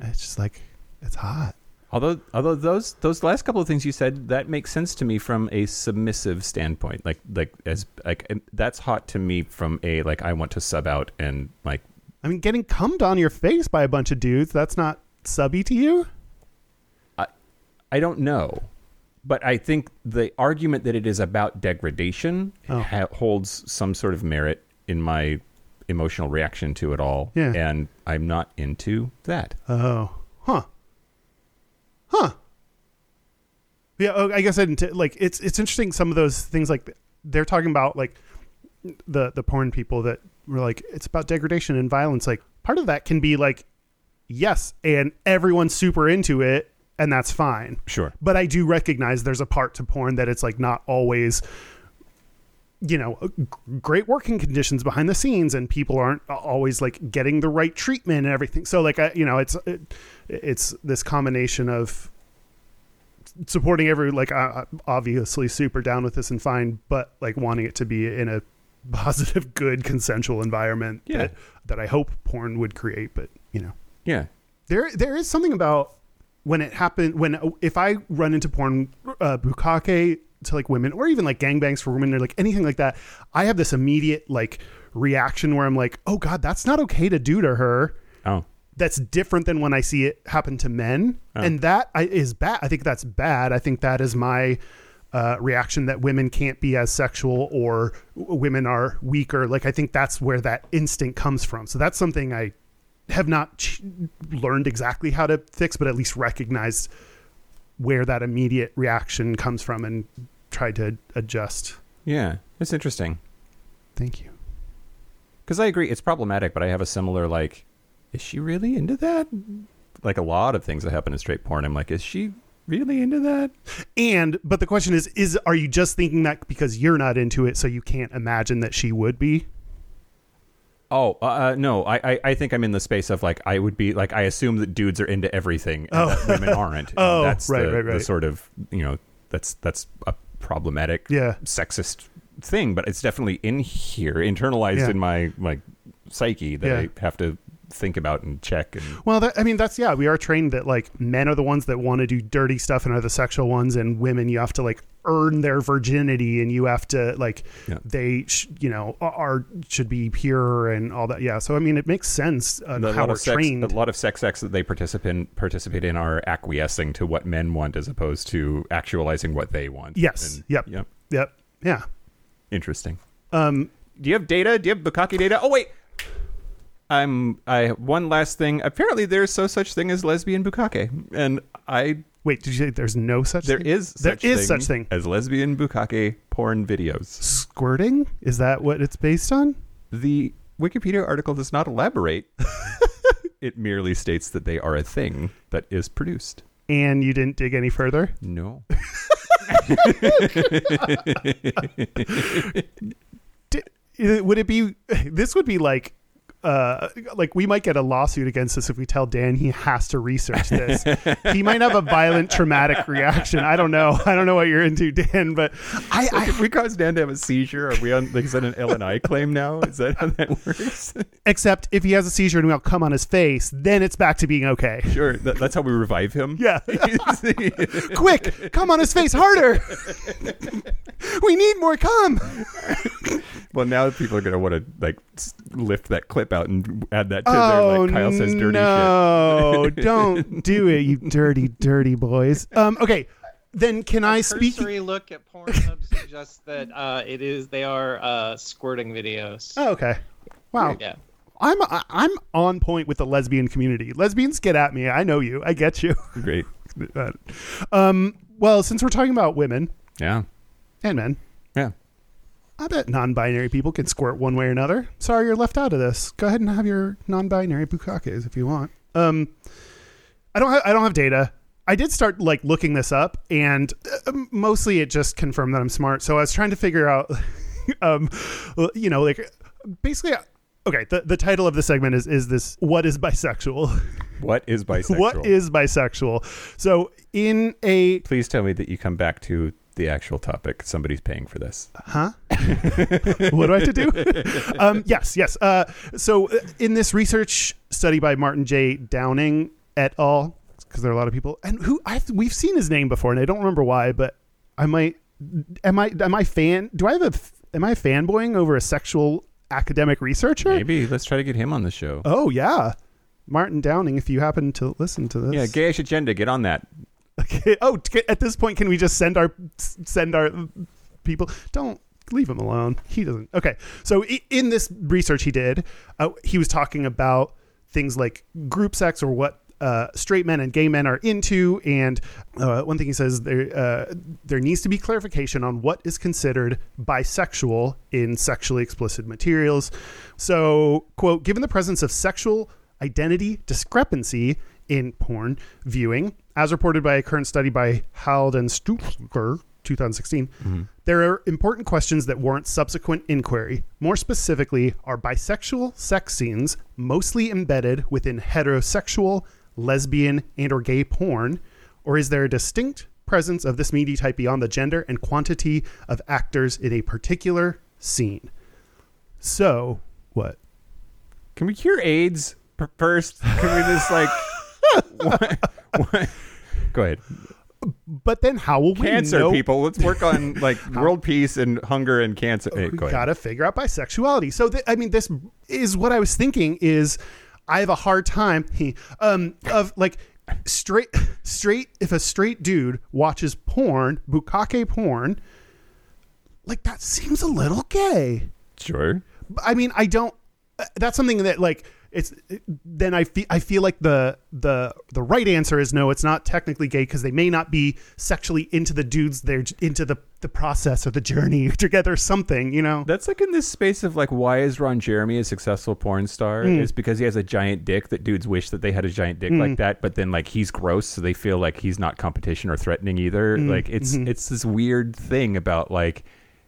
Speaker 2: it's just like it's hot.
Speaker 1: Although although those those last couple of things you said that makes sense to me from a submissive standpoint. Like like as like and that's hot to me from a like I want to sub out and like
Speaker 2: I mean getting cummed on your face by a bunch of dudes, that's not subby to you?
Speaker 1: I don't know. But I think the argument that it is about degradation
Speaker 2: Oh.
Speaker 1: ha- holds some sort of merit in my emotional reaction to it all.
Speaker 2: Yeah.
Speaker 1: And I'm not into that.
Speaker 2: Oh. Huh. Huh. Yeah, oh, I guess I didn't t- like it's it's interesting some of those things like they're talking about like the the porn people that were like it's about degradation and violence like part of that can be like yes, and everyone's super into it, and that's fine.
Speaker 1: Sure.
Speaker 2: But I do recognize there's a part to porn that it's like not always you know uh, g- great working conditions behind the scenes and people aren't always like getting the right treatment and everything so like I, you know it's it, it's this combination of supporting every like I, I'm obviously super down with this and fine but like wanting it to be in a positive good consensual environment
Speaker 1: Yeah.
Speaker 2: that, that i hope porn would create but you know
Speaker 1: Yeah.
Speaker 2: there there is something about when it happened when if I run into porn uh, bukake to like women or even like gangbangs for women or like anything like that, I have this immediate like reaction where I'm like, oh god, that's not okay to do to her.
Speaker 1: Oh.
Speaker 2: That's different than when I see it happen to men,
Speaker 1: Oh.
Speaker 2: and that I, is bad. I think that's bad. I think that is my. Uh, reaction that women can't be as sexual or w- women are weaker. Like, I think that's where that instinct comes from. So, that's something I have not ch- learned exactly how to fix, but at least recognized where that immediate reaction comes from and tried to adjust.
Speaker 1: Yeah. It's interesting.
Speaker 2: Thank you.
Speaker 1: Because I agree, it's problematic, but I have a similar like, is she really into that? Like a lot of things that happen in straight porn, I'm like, is she really into that?
Speaker 2: And but the question is is are you just thinking that because you're not into it so you can't imagine that she would be?
Speaker 1: Oh uh, uh, no, I, I I think I'm in the space of like I would be like I assume that dudes are into everything and that women aren't. And
Speaker 2: Oh,
Speaker 1: that's
Speaker 2: right,
Speaker 1: the,
Speaker 2: right,
Speaker 1: The
Speaker 2: right.
Speaker 1: sort of you know that's that's a problematic,
Speaker 2: Yeah.
Speaker 1: sexist thing, but it's definitely in here, internalized
Speaker 2: Yeah.
Speaker 1: in my like psyche that
Speaker 2: Yeah.
Speaker 1: I have to think about and check and
Speaker 2: Well, that, I mean that's yeah, we are trained that like men are the ones that want to do dirty stuff and are the sexual ones and women you have to like earn their virginity and you have to like
Speaker 1: Yeah.
Speaker 2: they sh- you know are- are should be pure and all that. Yeah. So I mean it makes sense on
Speaker 1: a
Speaker 2: how
Speaker 1: lot
Speaker 2: we're
Speaker 1: of sex,
Speaker 2: trained.
Speaker 1: A lot of sex acts that they participate in, participate in are acquiescing to what men want as opposed to actualizing what they want.
Speaker 2: Yes.
Speaker 1: And-
Speaker 2: Yep.
Speaker 1: Yep.
Speaker 2: Yep. Yeah.
Speaker 1: Interesting.
Speaker 2: Um,
Speaker 1: Do you have data? Do you have Bukaki data? Oh wait. I'm I one last thing. Apparently there's so such thing as lesbian Bukake. And I
Speaker 2: wait, did you say there's no such
Speaker 1: there
Speaker 2: thing?
Speaker 1: is
Speaker 2: There
Speaker 1: such
Speaker 2: is
Speaker 1: thing
Speaker 2: such thing.
Speaker 1: as lesbian Bukake porn videos.
Speaker 2: Squirting? Is that what it's based on?
Speaker 1: The Wikipedia article does not elaborate. it merely states that they are a thing that is produced.
Speaker 2: And you didn't dig any further?
Speaker 1: No.
Speaker 2: Di- uh, would it be this would be like uh like we might get a lawsuit against this if we tell Dan he has to research this. he might have a violent traumatic reaction. I don't know. I don't know what you're into, Dan, but I, I
Speaker 1: if we cause Dan to have a seizure, are we on? Like, is that an L and I claim now? Is that how that works?
Speaker 2: except if he has a seizure and we all come on his face, then it's back to being okay.
Speaker 1: sure, that, that's how we revive him.
Speaker 2: Yeah. Quick, come on his face harder. we need more cum.
Speaker 1: well, now people are gonna want to like s- lift that clip out and add that to their like Kyle says dirty
Speaker 2: Oh, no, don't do it, you dirty, dirty boys. Um, okay, then can I speak?
Speaker 3: Cursory look at Pornhub suggests that uh, it is they are uh, squirting videos.
Speaker 2: Oh, okay. Wow,
Speaker 3: Yeah.
Speaker 2: I'm I- I'm on point with the lesbian community. Lesbians, get at me. I know you. I get you. Uh,
Speaker 1: shit. Great.
Speaker 2: um, well, since we're talking about women
Speaker 1: Yeah.
Speaker 2: and men,
Speaker 1: Yeah.
Speaker 2: I bet non-binary people can squirt one way or another. Sorry, you're left out of this. Go ahead and have your non-binary bukakes if you want. Um, I don't. Ha- I don't have data. I did start like looking this up, and uh, mostly it just confirmed that I'm smart. So I was trying to figure out, um, you know, like basically. uh, Okay, the, the title of the segment is is this what is bisexual?
Speaker 1: What is bisexual?
Speaker 2: what is bisexual? So in a
Speaker 1: Please tell me that you come back to the actual topic. Somebody's paying for this.
Speaker 2: huh? what do I have to do? um, yes, yes. Uh, so uh, in this research study by Martin J. Downing et al., because there are a lot of people, and who I we've seen his name before, and I don't remember why, but I might. Am I am I fan? Do I have a? f- Am I fanboying over a sexual academic researcher?
Speaker 1: Maybe let's try to get him on the show.
Speaker 2: Oh yeah, Martin Downing. If you happen to listen to this,
Speaker 1: yeah, gayish agenda. Get on that.
Speaker 2: Okay. Oh, t- at this point, can we just send our send our people? Don't leave him alone. He doesn't. Okay. So i- in this research he did, uh, he was talking about things like group sex or what. Uh, straight men and gay men are into, and uh, one thing he says there uh, there needs to be clarification on what is considered bisexual in sexually explicit materials. So, quote: Given the presence of sexual identity discrepancy in porn viewing, as reported by a current study by Hald and Stutzler, 2016.
Speaker 1: Mm-hmm.
Speaker 2: There are important questions that warrant subsequent inquiry. More specifically, are bisexual sex scenes mostly embedded within heterosexual, lesbian, and or gay porn, or is there a distinct presence of this media type beyond the gender and quantity of actors in a particular scene? So, what?
Speaker 1: Can we cure AIDS p- first? Can we just like? what- what- Go ahead.
Speaker 2: But then how will
Speaker 1: Cancer
Speaker 2: we know?
Speaker 1: people. Let's work on like world peace and hunger and cancer. Hey,
Speaker 2: Oh, we
Speaker 1: go ahead.
Speaker 2: gotta figure out bisexuality. So th- I mean, this is what I was thinking. Is I have a hard time um, of like straight straight if a straight dude watches porn, bukkake porn, like that seems a little gay.
Speaker 1: Sure.
Speaker 2: I mean, I don't. uh, That's something that like it's. it- Then I feel I feel like the the the right answer is no. It's not technically gay because they may not be sexually into the dudes. They're j- into the the process or the journey together. or Something you know.
Speaker 1: That's like in this space of like, why is Ron Jeremy a successful porn star?
Speaker 2: Hmm.
Speaker 1: It's because he has a giant dick that dudes wish that they had a giant dick like that, but then like he's gross, so they feel like he's not competition or threatening either.
Speaker 2: Hmm.
Speaker 1: Like it's
Speaker 2: Mm-hmm.
Speaker 1: it's this weird thing about like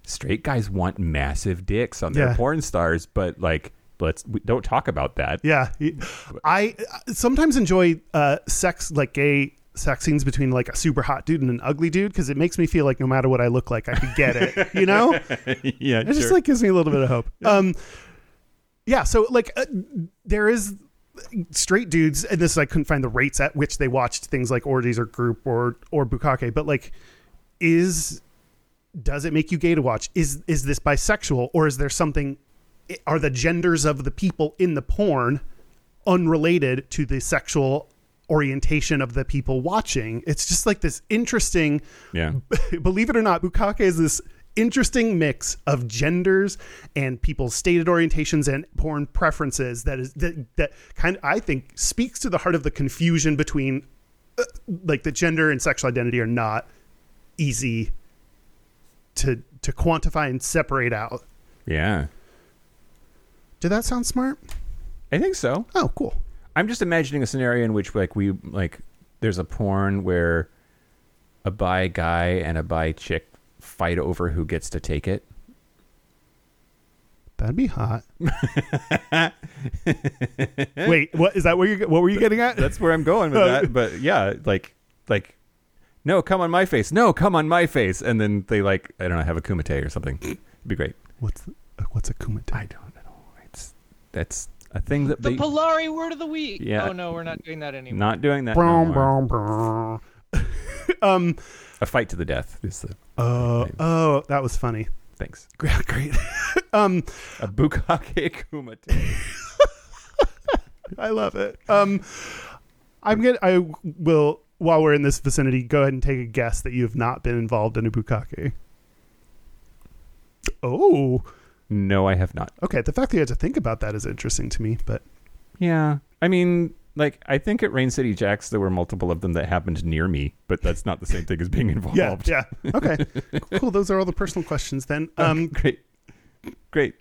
Speaker 1: straight guys want massive dicks on their
Speaker 2: Yeah.
Speaker 1: porn stars, but like let's we don't talk about that.
Speaker 2: Yeah, I I sometimes enjoy uh, sex like gay sex scenes between like a super hot dude and an ugly dude because it makes me feel like no matter what I look like, I could get it. You know, it
Speaker 1: yeah
Speaker 2: just like gives me a little bit of hope. Um, yeah. So like, uh, there is uh, straight dudes, and this I couldn't find the rates at which they watched things like orgies or group or or bukkake, but like, is does it make you gay to watch? Is is this bisexual or is there something? Are the genders of the people in the porn unrelated to the sexual orientation of the people watching? It's just like this interesting.
Speaker 1: yeah.
Speaker 2: Believe it or not, bukkake is this interesting mix of genders and people's stated orientations and porn preferences that is that, that kind of I think speaks to the heart of the confusion between uh, like the gender and sexual identity are not easy to to quantify and separate out.
Speaker 1: Yeah.
Speaker 2: Did that sound smart?
Speaker 1: I think so.
Speaker 2: Oh, cool.
Speaker 1: I'm just imagining a scenario in which like we like there's a porn where a bi guy and a bi chick fight over who gets to take it.
Speaker 2: That'd be hot. Wait, what is that? What you what were you getting at?
Speaker 1: That's where I'm going with that. But yeah, like like no, come on my face. No, come on my face. And then they like I don't know, have a kumite or something. It'd be great.
Speaker 2: what's the, uh, what's a kumite?
Speaker 1: I don't know. It's that's a thing that
Speaker 3: The
Speaker 1: they
Speaker 3: Polari word of the week.
Speaker 1: Yeah.
Speaker 3: Oh no, we're not doing that anymore.
Speaker 1: not doing that. no
Speaker 2: Brum,
Speaker 1: more.
Speaker 2: brum, brum.
Speaker 1: A fight to the death is the
Speaker 2: Oh, oh, that was funny.
Speaker 1: thanks.
Speaker 2: Great, great. um,
Speaker 1: A bukkake kumite.
Speaker 2: I love it. Um, I'm gonna. I will. While we're in this vicinity, go ahead and take a guess that you have not been involved in a bukkake. Oh,
Speaker 1: No, I have not.
Speaker 2: okay. The fact that you had to think about that is interesting to me, but
Speaker 1: Yeah. I mean, like, I think at Rain City Jacks, there were multiple of them that happened near me, but that's not the same thing as being involved.
Speaker 2: yeah, yeah. Okay, cool. Those are all the personal questions then. Um,
Speaker 1: Great. Great.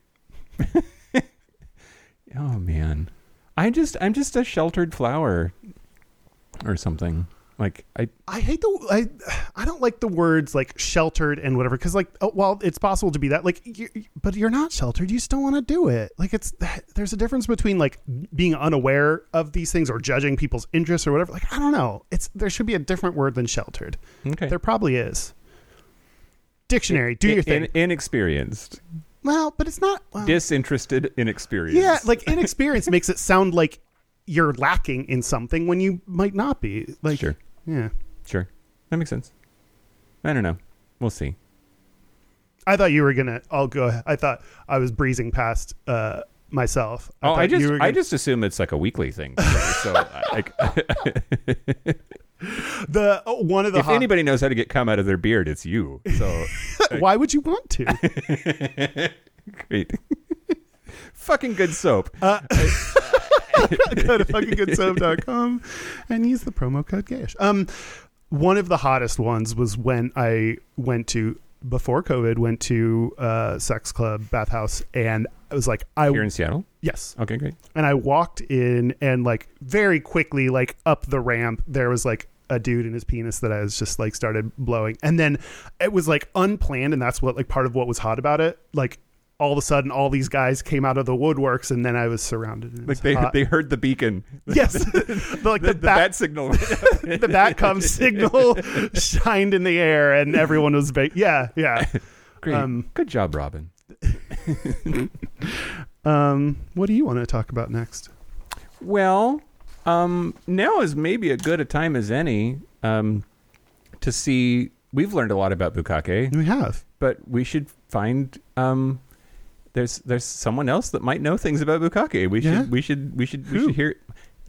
Speaker 1: oh, man. I just, I'm just a sheltered flower or something. Like, I,
Speaker 2: I hate the I I don't like the words like sheltered and whatever because like oh, while it's possible to be that like you, but you're not sheltered you just don't want to do it like it's there's a difference between like being unaware of these things or judging people's interests or whatever like I don't know it's there should be a different word than sheltered
Speaker 1: okay.
Speaker 2: there probably is dictionary do
Speaker 1: In-
Speaker 2: your thing
Speaker 1: in- inexperienced.
Speaker 2: well but it's not well,
Speaker 1: Disinterested, inexperienced.
Speaker 2: yeah like inexperience makes it sound like you're lacking in something when you might not be like
Speaker 1: Sure.
Speaker 2: yeah
Speaker 1: Sure. That makes sense. I don't know. We'll see.
Speaker 2: I thought you were gonna. I'll go. ahead. I thought I was breezing past uh, myself.
Speaker 1: oh, I
Speaker 2: thought you
Speaker 1: just,
Speaker 2: were
Speaker 1: I
Speaker 2: gonna-
Speaker 1: just assume it's like a weekly thing. so, I, I,
Speaker 2: the oh, one of the.
Speaker 1: if
Speaker 2: hot-
Speaker 1: anybody knows how to get cum out of their beard, it's you. So
Speaker 2: why would you want to?
Speaker 1: great. Fucking good soap.
Speaker 2: go to fuckinggoodsoap.com and use the promo code gayish. Um, one of the hottest ones was when I went to before COVID went to uh, sex club bathhouse, and I was like, I
Speaker 1: Here in Seattle.
Speaker 2: yes,
Speaker 1: Okay, great.
Speaker 2: and I walked in and like very quickly, like up the ramp, there was like a dude in his penis that I was just like started blowing. And then it was like unplanned and that's what like part of what was hot about it. Like all of a sudden all these guys came out of the woodworks and then I was surrounded. And it
Speaker 1: Like
Speaker 2: was
Speaker 1: they
Speaker 2: hot.
Speaker 1: they heard the beacon.
Speaker 2: Yes. the, like the,
Speaker 1: The,
Speaker 2: bat,
Speaker 1: bat signal.
Speaker 2: the bat come signal shined in the air and everyone was ba- yeah, yeah.
Speaker 1: Great.
Speaker 2: Um,
Speaker 1: Good job, Robin.
Speaker 2: Um what do you want to talk about next?
Speaker 1: Well, um, now is maybe a good a time as any um, to see. We've learned a lot about Bukake,
Speaker 2: We have.
Speaker 1: but we should find um, there's there's someone else that might know things about Bukake. We
Speaker 2: Yeah?
Speaker 1: should we should we should we
Speaker 2: Who?
Speaker 1: should hear.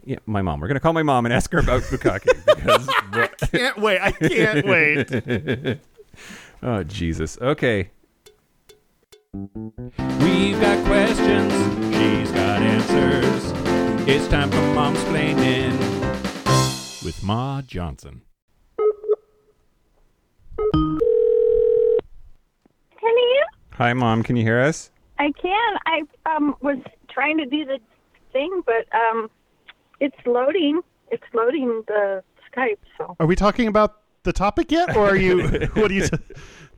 Speaker 1: Yeah, my mom. We're gonna call my mom and ask her about Bukake because
Speaker 2: Can't wait. I can't wait.
Speaker 1: oh Jesus. Okay,
Speaker 4: We've got questions, she's got answers. It's time for Mom's Planning with Ma Johnson.
Speaker 5: Can you?
Speaker 1: hi mom. Can you hear us?
Speaker 5: I can. I um was trying to do the thing, but um, it's loading. It's loading the Skype. So
Speaker 2: Are we talking about the topic yet, or are you? what are you? T-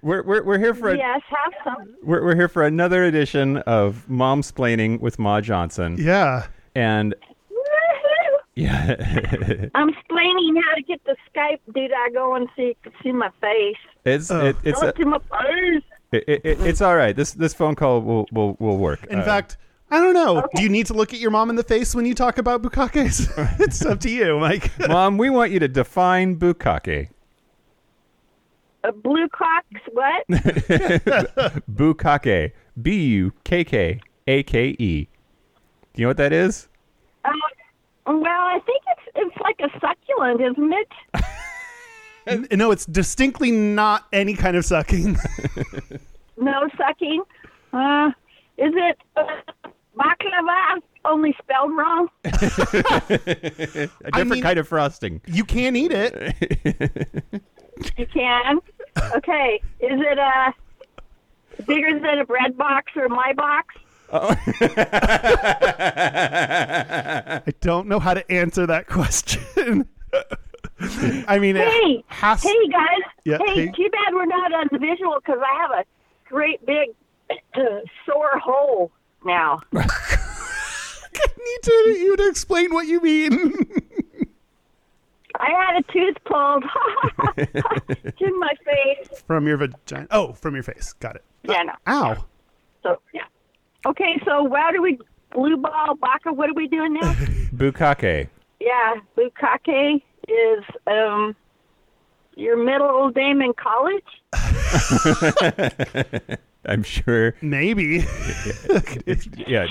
Speaker 1: We're we're, we're here for a,
Speaker 5: yes, have some.
Speaker 1: we're, we're here for another edition of Mom's Planning with Ma Johnson,
Speaker 2: yeah,
Speaker 1: and
Speaker 5: Woohoo!
Speaker 1: yeah.
Speaker 5: I'm explaining how to get the Skype dude I go and see can see my face.
Speaker 1: It's
Speaker 2: Oh.
Speaker 1: it, it's a,
Speaker 5: Look to my face.
Speaker 1: it, it, it's all right. This this phone call will will, will work.
Speaker 2: in
Speaker 1: Uh,
Speaker 2: fact, I don't know. Do you need to look at your mom in the face when you talk about bukakes? it's up to you, Mike.
Speaker 1: Uh, mom, we want you to define bukake.
Speaker 5: A blue cocks. What?
Speaker 1: Bukake. B u k k a k e. Do you know what that is?
Speaker 5: um, well, I think it's it's like a succulent, isn't it?
Speaker 2: N- no, it's distinctly not any kind of sucking.
Speaker 5: No sucking. Uh, is it uh, baklava? Only spelled wrong.
Speaker 1: A different
Speaker 2: mean-
Speaker 1: kind of frosting.
Speaker 2: you can't eat it.
Speaker 5: You can. Okay. Is it uh bigger than a bread box or my box?
Speaker 2: I don't know how to answer that question. I mean,
Speaker 5: Hey,
Speaker 2: it has.
Speaker 5: hey guys.
Speaker 2: Yeah,
Speaker 5: hey,
Speaker 2: hey.
Speaker 5: too bad we're not on the visual because I have a great big sore hole now.
Speaker 2: I need to, you to explain what you mean.
Speaker 5: I had a tooth pulled It's in my face.
Speaker 2: from your vagina. Oh, from your face. Got it.
Speaker 5: Yeah, no.
Speaker 2: Ow.
Speaker 5: So yeah. Okay, so where do we blue ball baka? What are we doing now?
Speaker 1: Bukake.
Speaker 5: yeah, bukake is um your middle old name in college.
Speaker 1: I'm sure.
Speaker 2: Maybe.
Speaker 1: Yeah.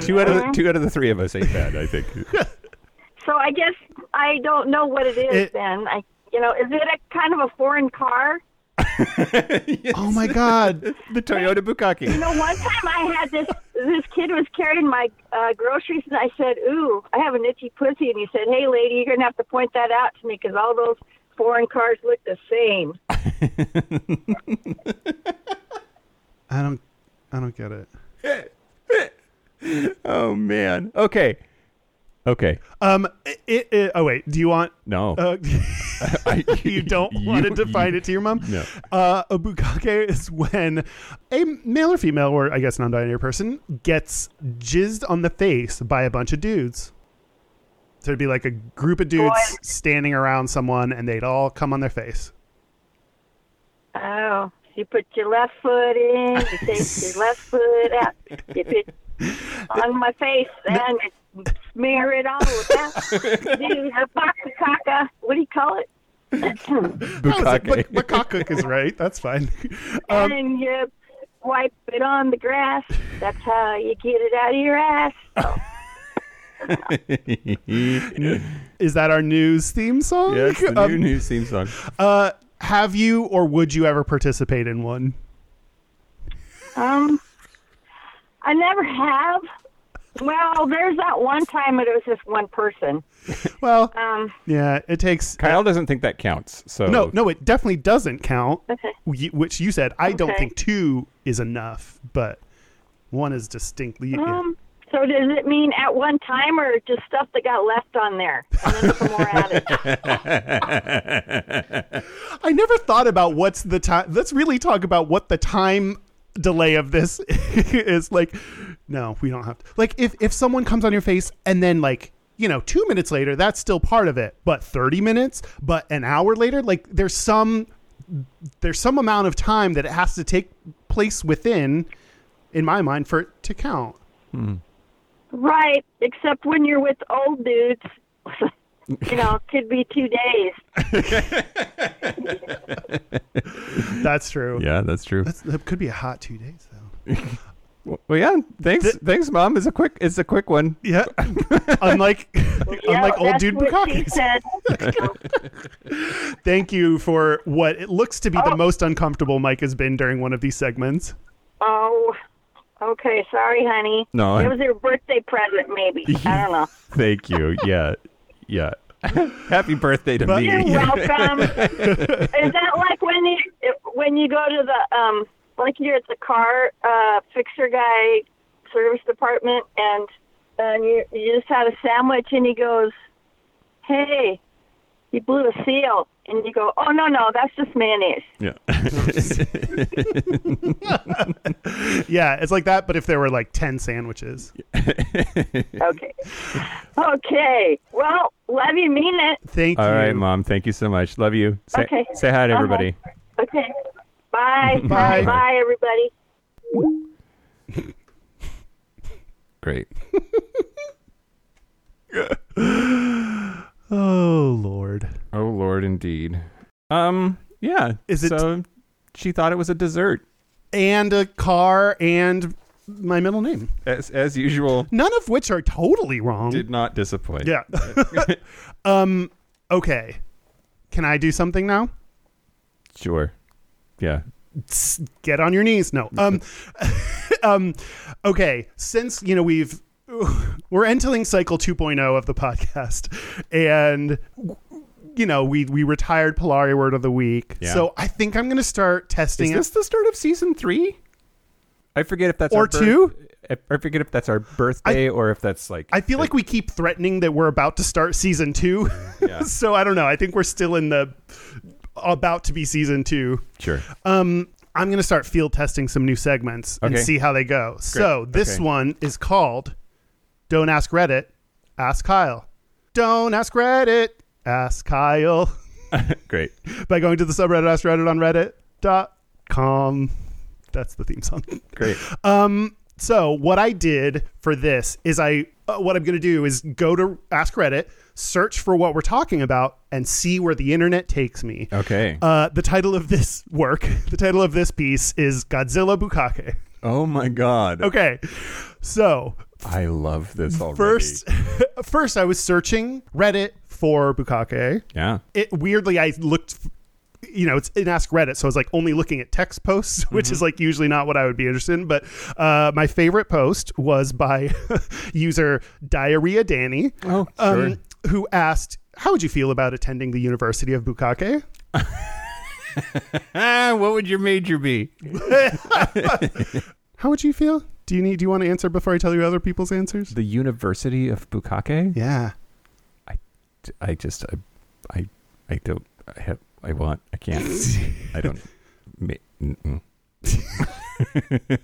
Speaker 1: Two out of the, two out of the three of us ate that. I think.
Speaker 5: So I guess I don't know what it is
Speaker 2: It-
Speaker 5: then. I you know, is it a kind of a foreign car?
Speaker 2: oh my god.
Speaker 1: Uh, the Toyota
Speaker 5: You
Speaker 1: Bukake.
Speaker 5: know, one time I had this this kid was carrying my uh, groceries, and I said, "Ooh, I have an itchy pussy," and he said, "Hey, lady, you're gonna have to point that out to me because all those foreign cars look the same."
Speaker 2: I don't. I don't get it.
Speaker 1: Oh man. Okay. Okay.
Speaker 2: Um. It, it, oh wait. Do you want?
Speaker 1: No.
Speaker 2: Uh, you don't want to define it to your mom.
Speaker 1: No.
Speaker 2: Uh, a bukake is when a male or female, or I guess non-binary person, gets jizzed on the face by a bunch of dudes. So it'd be like a group of dudes
Speaker 5: Boy.
Speaker 2: standing around someone, and they'd all come on their face.
Speaker 5: Oh, you put your left foot in, you take your left foot out, you put on my face, and you smear it all with that. Do the baka caca. uh, What do you call it?
Speaker 1: Bukake.
Speaker 2: But cockcook is right. That's fine. Um,
Speaker 5: and you wipe it on the grass. That's how you get it out of your ass.
Speaker 2: Is that our news theme song?
Speaker 1: Yes, the new
Speaker 2: Um,
Speaker 1: news theme song.
Speaker 2: uh, have you or would you ever participate in one?
Speaker 5: Um, I never have. Well, there's that one time it was just one person,
Speaker 2: Well,
Speaker 5: Um,
Speaker 2: yeah, it takes.
Speaker 1: Kyle doesn't think that counts. So
Speaker 2: No, no, it definitely doesn't count.
Speaker 5: Oh. Okay.
Speaker 2: wh- Which you said I don't
Speaker 5: Okay.
Speaker 2: think two is enough, but one is distinctly. yeah.
Speaker 5: um, so does it mean at one time or just stuff that got left on there and then some more added?
Speaker 2: I never thought about what's the time. Let's really talk about what the time delay of this is. Like, no, we don't have to. Like, if if someone comes on your face and then like you know two minutes later, that's still part of it. But thirty minutes, but an hour later, like there's some there's some amount of time that it has to take place within, in my mind, for it to count.
Speaker 5: Right, except when you're with old dudes, you know, could be two days.
Speaker 2: That's true.
Speaker 1: Yeah, that's true.
Speaker 2: That's, that could be a hot two days though.
Speaker 1: Well, yeah. Thanks, thanks, mom. It's a quick, it's a quick one.
Speaker 2: Yeah, unlike unlike old
Speaker 5: that's
Speaker 2: dude
Speaker 5: what she
Speaker 2: Bukakis.
Speaker 5: said.
Speaker 2: Thank you for what it looks to be the
Speaker 5: Oh.
Speaker 2: most uncomfortable Mike has been during one of these segments.
Speaker 5: Oh, okay. Sorry, honey.
Speaker 1: No,
Speaker 5: It
Speaker 1: I'm-
Speaker 5: was your birthday present, maybe. I don't know.
Speaker 1: Thank you. Yeah, yeah. Happy birthday to
Speaker 2: But-
Speaker 5: You're
Speaker 1: me.
Speaker 5: welcome. Is that like when you when you go to the um like you're at the car uh fixer guy service department and and you you just had a sandwich and he goes, "Hey, you blew a seal." And you go, "Oh no, no, that's just mayonnaise."
Speaker 1: Yeah.
Speaker 2: Yeah, it's like that, but if there were like 10 sandwiches.
Speaker 5: Okay. okay. Well, love you, mean it.
Speaker 2: Thank
Speaker 1: All
Speaker 2: you.
Speaker 1: right, mom. Thank you so much. Love you. Say,
Speaker 5: Okay.
Speaker 1: say hi to
Speaker 5: Uh-huh.
Speaker 1: everybody.
Speaker 5: Okay. Bye.
Speaker 2: Bye.
Speaker 5: Bye. Bye, everybody.
Speaker 1: Great.
Speaker 2: Oh, Lord.
Speaker 1: Oh Lord, indeed. Um. Yeah.
Speaker 2: Is it-
Speaker 1: So she thought it was a dessert,
Speaker 2: And a car and my middle name.
Speaker 1: as as usual.
Speaker 2: None of which are totally wrong.
Speaker 1: Did not disappoint.
Speaker 2: yeah. um, okay. Can I do something now?
Speaker 1: Sure. Yeah.
Speaker 2: s- get on your knees. No. Um, um, okay. Since you know we've we're entering cycle 2.0 of the podcast, and you know we we retired Polari word of the week.
Speaker 1: Yeah.
Speaker 2: So I think I'm gonna start
Speaker 1: Is
Speaker 2: testing
Speaker 1: this
Speaker 2: it.
Speaker 1: the start of season three? I forget if that's
Speaker 2: Or
Speaker 1: our birth-
Speaker 2: two?
Speaker 1: I I forget if that's our birthday or if that's like
Speaker 2: I feel like we keep threatening that we're about to start season two.
Speaker 1: Yeah.
Speaker 2: so I don't know. I think we're still in the about to be season two.
Speaker 1: sure.
Speaker 2: Um, I'm going to start field testing some new segments and
Speaker 1: Okay.
Speaker 2: see how they go. So this
Speaker 1: Okay.
Speaker 2: one is called "Don't Ask Reddit, Ask Kyle." Don't ask Reddit, ask Kyle
Speaker 1: Great.
Speaker 2: by going to the subreddit ask Reddit on Reddit.com. That's the theme song.
Speaker 1: Great.
Speaker 2: Um, so what I did for this is I uh, what I'm going to do is go to Ask Reddit, search for what we're talking about, and see where the internet takes me.
Speaker 1: Okay.
Speaker 2: Uh, the title of this work, the title of this piece is Godzilla Bukake.
Speaker 1: oh my god.
Speaker 2: Okay, so
Speaker 1: I love this already.
Speaker 2: first, first I was searching Reddit for Bukake.
Speaker 1: Yeah.
Speaker 2: It weirdly I looked, you know, it's in Ask Reddit, so I was like only looking at text posts, which is like usually not what I would be interested in. But uh, my favorite post was by user Diarrhea Danny,
Speaker 1: Oh,
Speaker 2: um,
Speaker 1: sure.
Speaker 2: who asked, "How would you feel about attending the University of Bukake?"
Speaker 1: Ah, what would your major be?
Speaker 2: How would you feel? Do you need? Do you want to answer before I tell you other people's answers?
Speaker 1: The University of Bukake?
Speaker 2: Yeah.
Speaker 1: I just I I, I don't I have I want I can't. I don't ma- mm-mm.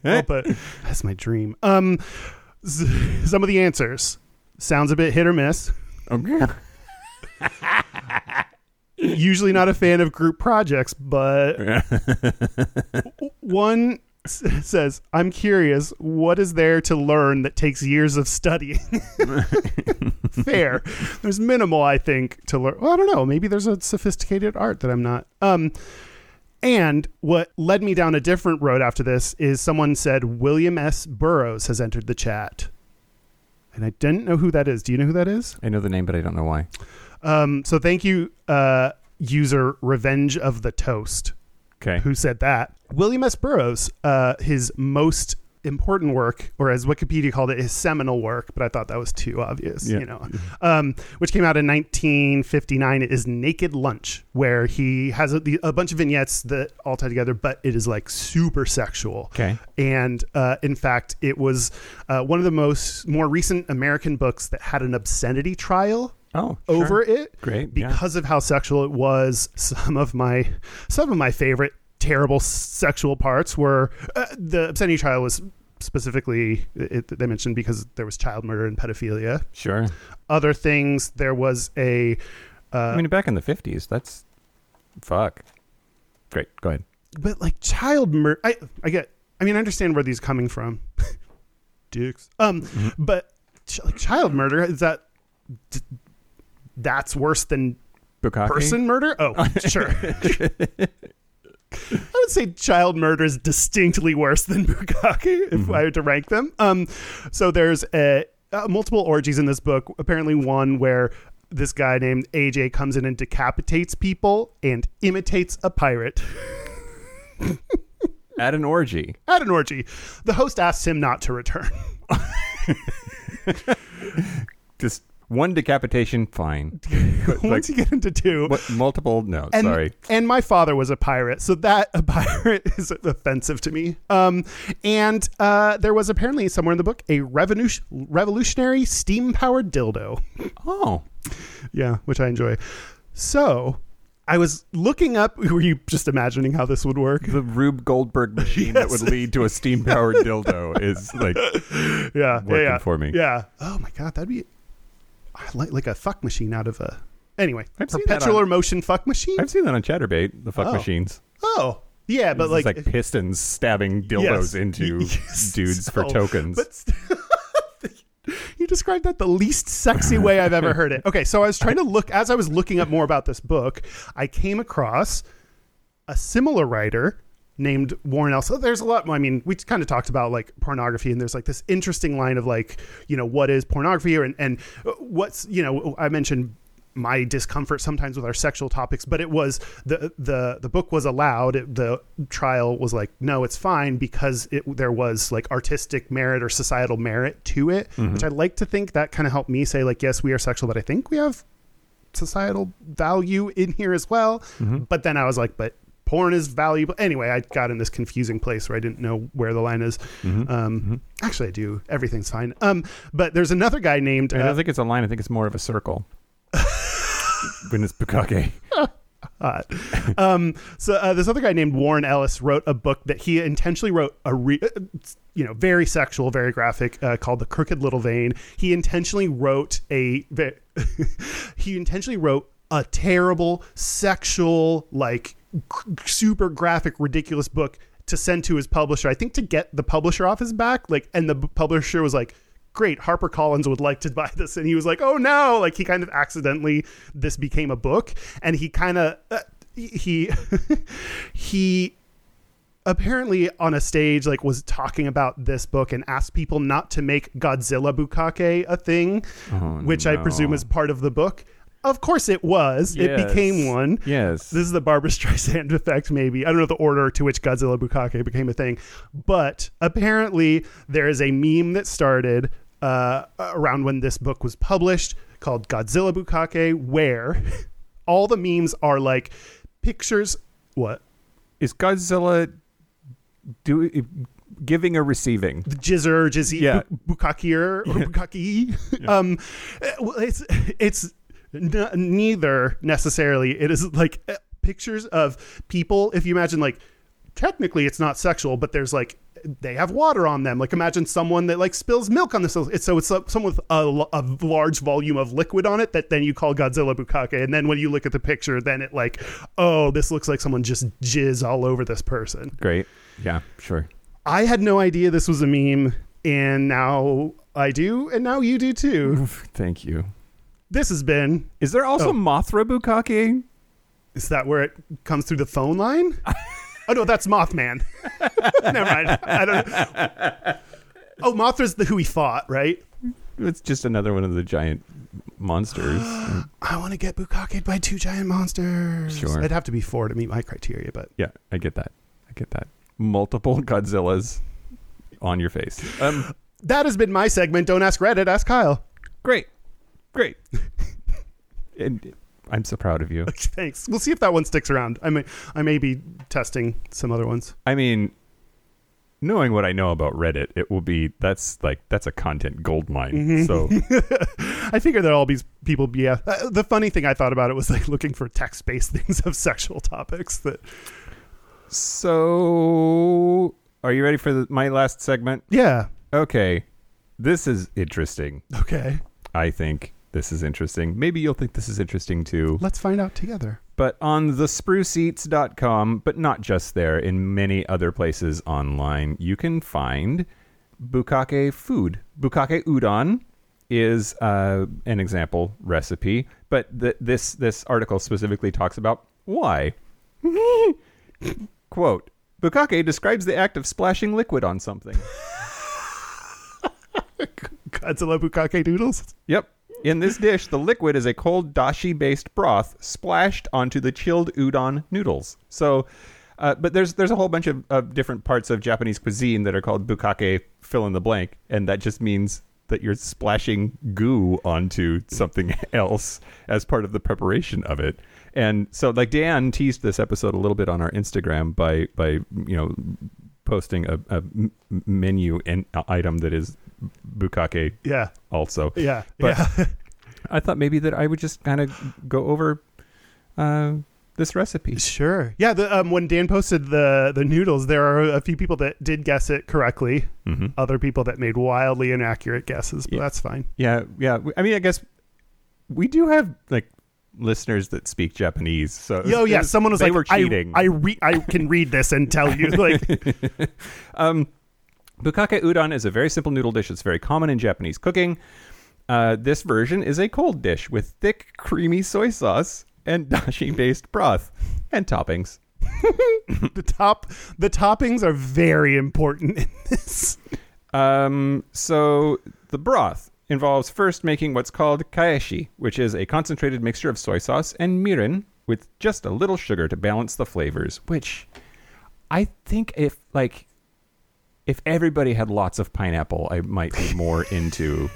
Speaker 2: Well, but that's my dream. Um, s- some of the answers sounds a bit hit or miss. Usually not a fan of group projects, but w- one s- says, "I'm curious. What is there to learn that takes years of studying?" Fair. There's minimal, I think, to learn. Well, I don't know. Maybe there's a sophisticated art that I'm not. Um, and what led me down a different road after this is someone said William S. Burroughs has entered the chat. And I didn't know who that is. Do you know who that is?
Speaker 1: I know the name but I don't know why.
Speaker 2: Um, so thank you, uh, user Revenge of the Toast,
Speaker 1: Okay.
Speaker 2: who said that. William S. Burroughs, uh, his most important work, or as Wikipedia called it, his seminal work, but I thought that was too obvious,
Speaker 6: Yeah.
Speaker 2: you know, um, which came out in 1959, is Naked Lunch, where he has a, the- a bunch of vignettes that all tie together, but it is like super sexual.
Speaker 6: Okay.
Speaker 2: And uh, in fact, it was uh, one of the most more recent American books that had an obscenity trial
Speaker 6: Oh,
Speaker 2: over it
Speaker 6: Great, yeah.
Speaker 2: because of how sexual it was some of my some of my favorite terrible s- sexual parts were uh, the obscenity trial was specifically it, they mentioned because there was child murder and pedophilia
Speaker 6: Sure.
Speaker 2: other things there was a Uh,
Speaker 6: I mean, back in the fifties, that's fuck. Great. Go ahead.
Speaker 2: but like child murder I, I get i mean i understand where these coming from dukes um
Speaker 6: Mm-hmm.
Speaker 2: but ch- like child murder is that d- that's worse than
Speaker 6: Bukaki.
Speaker 2: person murder? Oh, sure. I would say child murder is distinctly worse than bukkake if I had to rank them. Um, so there's a, uh, multiple orgies in this book. Apparently, one where this guy named AJ comes in and decapitates people and imitates a pirate
Speaker 6: at an orgy.
Speaker 2: at an orgy. The host asks him not to return.
Speaker 6: Just one decapitation, fine. But, like,
Speaker 2: Once you get into two,
Speaker 6: what, multiple? No,
Speaker 2: and,
Speaker 6: sorry.
Speaker 2: And my father was a pirate, so that a pirate is offensive to me. Um, and uh, there was apparently somewhere in the book a revolution, revolutionary steam powered dildo.
Speaker 6: Oh,
Speaker 2: Yeah, which I enjoy. So I was looking up. Were you just imagining how this would work?
Speaker 6: the Rube Goldberg machine that would lead to a steam-powered dildo is like
Speaker 2: Yeah,
Speaker 6: Working
Speaker 2: yeah, yeah.
Speaker 6: for me.
Speaker 2: Yeah. Oh my god, that'd be I like like a fuck machine out of a. Anyway,
Speaker 6: I've seen that
Speaker 2: perpetual
Speaker 6: on-
Speaker 2: or motion fuck machine.
Speaker 6: I've seen that on Chatterbait, the fuck
Speaker 2: Oh.
Speaker 6: machines.
Speaker 2: oh, yeah, but
Speaker 6: It's
Speaker 2: like,
Speaker 6: like pistons stabbing dildos
Speaker 2: Yes.
Speaker 6: into
Speaker 2: Yes.
Speaker 6: dudes for
Speaker 2: So,
Speaker 6: tokens.
Speaker 2: But st- you described that the least sexy way I've ever heard it. Okay, so I was trying to look as I was looking up more about this book, I came across a similar writer named Warren Ellis. So there's a lot. I mean, we kind of talked about like pornography, and there's like this interesting line of like, you know, what is pornography, or, and and what's you know, I mentioned my discomfort sometimes with our sexual topics, but it was the the the book was allowed. It, the trial was like, no, it's fine because it there was like artistic merit or societal merit to it, which I like to think that kind of helped me say like, yes, we are sexual, but I think we have societal value in here as well. But then I was like, but porn is valuable. Anyway, I got in this confusing place where I didn't know where the line is. Um, Actually, I do. Everything's fine. Um, but there's another guy named.
Speaker 6: I don't
Speaker 2: Uh,
Speaker 6: think it's a line. I think it's more of a circle. when it's bukkake.
Speaker 2: hot. um, so uh, this other guy named Warren Ellis wrote a book that he intentionally wrote a re- uh, you know very sexual, very graphic uh, called "The Crooked Little Vein." He intentionally wrote a ve- he intentionally wrote a terrible sexual like cr- super graphic ridiculous book to send to his publisher. I think to get the publisher off his back like and the b- publisher was like great harper collins would like to buy this and he was like oh no like he kind of accidentally this became a book and he kind of uh, he he apparently on a stage like was talking about this book and asked people not to make godzilla bukake a thing which i
Speaker 6: Oh, no.
Speaker 2: presume is part of the book of course it was it
Speaker 6: Yes.
Speaker 2: became one
Speaker 6: Yes.
Speaker 2: this is the Barbara Streisand effect, maybe. I don't know the order to which Godzilla Bukake became a thing, but apparently there is a meme that started uh, around when this book was published called Godzilla Bukake, where all the memes are like pictures. What?
Speaker 6: is Godzilla do giving or receiving?
Speaker 2: the jizzer, jizzy,
Speaker 6: Yeah.
Speaker 2: bu- bukakier, or bukaki. Um, eh, well, it's it's n- neither necessarily. It is like eh, pictures of people. If you imagine, like technically, it's not sexual, but there's like they have water on them. Like imagine someone that like spills milk on this. It's, so it's so- someone with a, l- a large volume of liquid on it that then you call Godzilla bukake. And then when you look at the picture, then it like, oh, this looks like someone just jizz all over this person.
Speaker 6: Great. Yeah, sure.
Speaker 2: I had no idea this was a meme, and now I do, and now you do too.
Speaker 6: Thank you.
Speaker 2: This has been.
Speaker 6: Is there also
Speaker 2: Oh.
Speaker 6: Mothra Bukake?
Speaker 2: Is that where it comes through the phone line? oh no, that's Mothman. Never mind. I don't. Know. Oh, Mothra's the who he fought, right?
Speaker 6: It's just another one of the giant monsters.
Speaker 2: I want to get bukkake by two giant monsters.
Speaker 6: Sure.
Speaker 2: It'd have to be four to meet my criteria, but
Speaker 6: yeah, I get that. I get that. Multiple Godzillas
Speaker 1: on your face. Um,
Speaker 2: That has been my segment. Don't ask Reddit, ask Kyle.
Speaker 1: great, great. and I'm so proud of you.
Speaker 2: Thanks. We'll see if that one sticks around. I may, I may be testing some other ones.
Speaker 1: I mean, knowing what I know about Reddit, it will be that's like that's a content goldmine. So
Speaker 2: I figure that all these people be. Uh, the funny thing I thought about it was like looking for text based things of sexual topics that.
Speaker 1: so are you ready for the, my last segment?
Speaker 2: Yeah.
Speaker 1: Okay. This is interesting.
Speaker 2: Okay.
Speaker 1: I think this is interesting. Maybe you'll think this is interesting too.
Speaker 2: Let's find out together.
Speaker 1: But on thespruceeats.com, but not just there, in many other places online, you can find bukake food. Bukake udon is uh, an example recipe, but th- this this article specifically talks about why. Quote: Bukake describes the act of splashing liquid on something.
Speaker 2: Godzilla Bukake Doodles.
Speaker 1: Yep. In this dish, the liquid is a cold dashi based broth splashed onto the chilled udon noodles. So, uh, but there's there's a whole bunch of, of different parts of Japanese cuisine that are called bukake fill in the blank, and that just means that you're splashing goo onto something else as part of the preparation of it. And so, like Dan teased this episode a little bit on our Instagram by by you know posting a, a m- menu and uh, item that is bukake
Speaker 2: Yeah.
Speaker 1: also.
Speaker 2: Yeah.
Speaker 1: But-
Speaker 2: yeah.
Speaker 1: I thought maybe that I would just kind of go over uh, this recipe.
Speaker 2: Sure. Yeah. The, um, when Dan posted the the noodles, there are a few people that did guess it correctly. Other people that made wildly inaccurate guesses, but
Speaker 1: Mm-hmm. Yeah.
Speaker 2: that's fine.
Speaker 1: Yeah, yeah. I mean, I guess we do have like listeners that speak Japanese. So it was-
Speaker 2: Yo,
Speaker 1: it
Speaker 2: yeah.
Speaker 1: was-
Speaker 2: Someone was
Speaker 1: they
Speaker 2: like,
Speaker 1: were
Speaker 2: I-
Speaker 1: cheating.
Speaker 2: I re- I can read this and tell you. Like,
Speaker 1: Bukake udon is a very simple noodle dish that's very common in Japanese cooking. Uh, this version is a cold dish with thick, creamy soy sauce and dashi-based broth and toppings.
Speaker 2: the top the toppings are very important in this.
Speaker 1: Um, so the broth involves first making what's called kaeshi, which is a concentrated mixture of soy sauce and mirin with just a little sugar to balance the flavors, which I think if like if everybody had lots of pineapple, I might be more into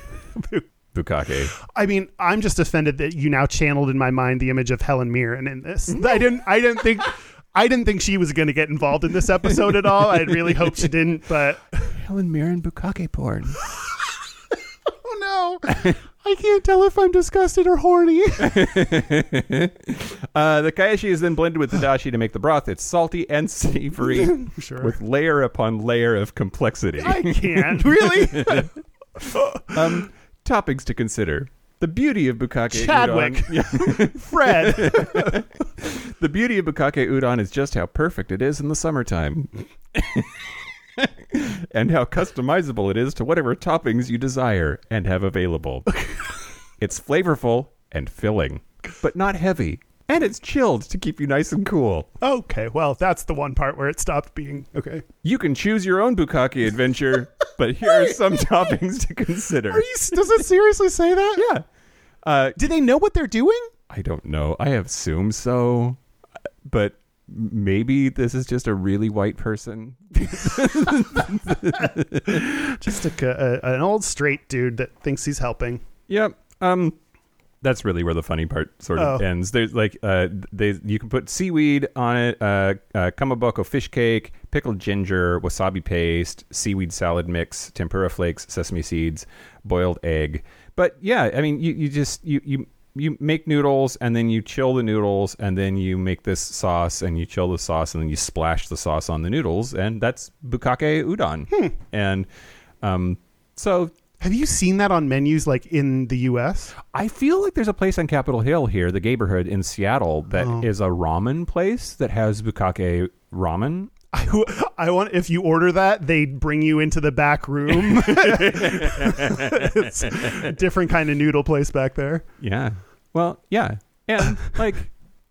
Speaker 1: bukake.
Speaker 2: I mean, I'm just offended that you now channeled in my mind the image of Helen Mirren in this. I didn't I didn't think I didn't think she was going to get involved in this episode at all. I really hope she didn't, but
Speaker 1: Helen Mirren bukake porn.
Speaker 2: oh no. I can't tell if I'm disgusted or horny.
Speaker 1: Uh, the kaeshi is then blended with the dashi to make the broth. It's salty and savory,
Speaker 2: Sure.
Speaker 1: with layer upon layer of complexity.
Speaker 2: I can't. Really?
Speaker 1: um, topics to consider. The beauty of bukake
Speaker 2: Chadwick.
Speaker 1: udon. Yeah.
Speaker 2: Fred.
Speaker 1: the beauty of bukake udon is just how perfect it is in the summertime. and how customizable it is to whatever toppings you desire and have available. it's flavorful and filling, but not heavy. And it's chilled to keep you nice and cool.
Speaker 2: Okay, well, that's the one part where it stopped being okay.
Speaker 1: You can choose your own bukake adventure, but here are some toppings to consider.
Speaker 2: Are you does it seriously say that?
Speaker 1: yeah. Uh,
Speaker 2: Do they know what they're doing?
Speaker 1: I don't know. I assume so, but maybe this is just a really white person.
Speaker 2: Just a, a, an old straight dude that thinks he's helping.
Speaker 1: Yep. Um, that's really where the funny part sort of
Speaker 2: Oh.
Speaker 1: ends. There's like uh, they you can put seaweed on it, uh, uh, kamaboko fish cake, pickled ginger, wasabi paste, seaweed salad mix, tempura flakes, sesame seeds, boiled egg. But yeah, I mean, you, you just you you you make noodles and then you chill the noodles and then you make this sauce and you chill the sauce and then you splash the sauce on the noodles and that's bukake udon. And um, so
Speaker 2: Have you seen that on menus like in the US?
Speaker 1: I feel like there's a place on Capitol Hill here, the neighborhood in Seattle, that is a ramen place that has bukake ramen.
Speaker 2: I, I want if you order that, they bring you into the back room. it's a different kind of noodle place back there.
Speaker 1: Yeah. Well, yeah. And like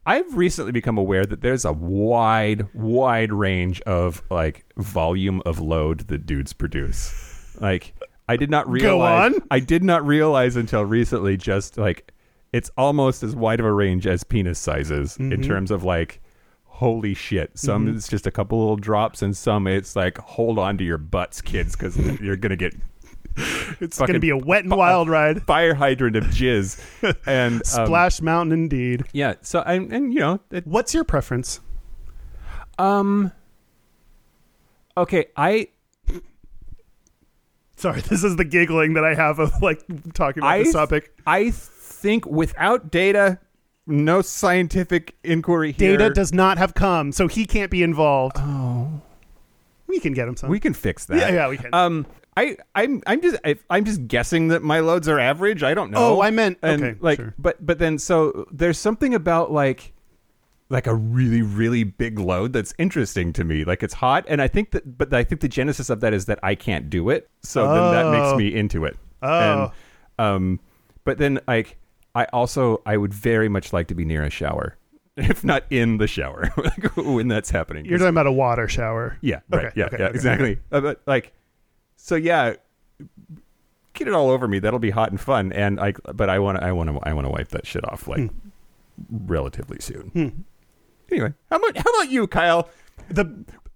Speaker 1: I've recently become aware that there's a wide, wide range of like volume of load that dudes produce. Like I did not realize
Speaker 2: on.
Speaker 1: I did not realize until recently just like it's almost as wide of a range as penis sizes in terms of like holy shit. Some it's just a couple little drops, and some it's like hold on to your butts, kids, because you're gonna get. It's
Speaker 2: Going to be a wet and wild ride.
Speaker 1: fire hydrant of jizz, and um,
Speaker 2: Splash Mountain, indeed.
Speaker 1: Yeah, so and, and you know, it,
Speaker 2: What's your preference?
Speaker 1: um, okay, I
Speaker 2: Sorry, this is the giggling that I have of like talking about
Speaker 1: I
Speaker 2: this topic.
Speaker 1: I think without data, no scientific inquiry here.
Speaker 2: Data does not have come, so he can't be involved. Oh, we Uh, can get him some.
Speaker 1: We can fix that.
Speaker 2: Yeah, yeah, we can.
Speaker 1: Um, I, I'm, I'm just, I, I'm just guessing that my loads are average. I don't know.
Speaker 2: Oh, I meant-
Speaker 1: And,
Speaker 2: okay,
Speaker 1: like,
Speaker 2: sure.
Speaker 1: but, but then, so there's something about like, like a really, really big load that's interesting to me. Like it's hot, and I think that, but I think the genesis of that is that I can't do it. So then that
Speaker 2: Oh.
Speaker 1: makes me into it.
Speaker 2: Oh.
Speaker 1: And, um, but then like, I also, I would very much like to be near a shower. If not in the shower, like when that's happening.
Speaker 2: You're talking about a water shower.
Speaker 1: Yeah,
Speaker 2: Okay,
Speaker 1: right. Yeah,
Speaker 2: okay,
Speaker 1: yeah,
Speaker 2: okay.
Speaker 1: exactly. Uh, but like, so yeah, get it all over me. That'll be hot and fun. And I, but I want to, I want to, I want to wipe that shit off like
Speaker 2: Hmm.
Speaker 1: relatively soon. Anyway, how about how about you, Kyle?
Speaker 2: The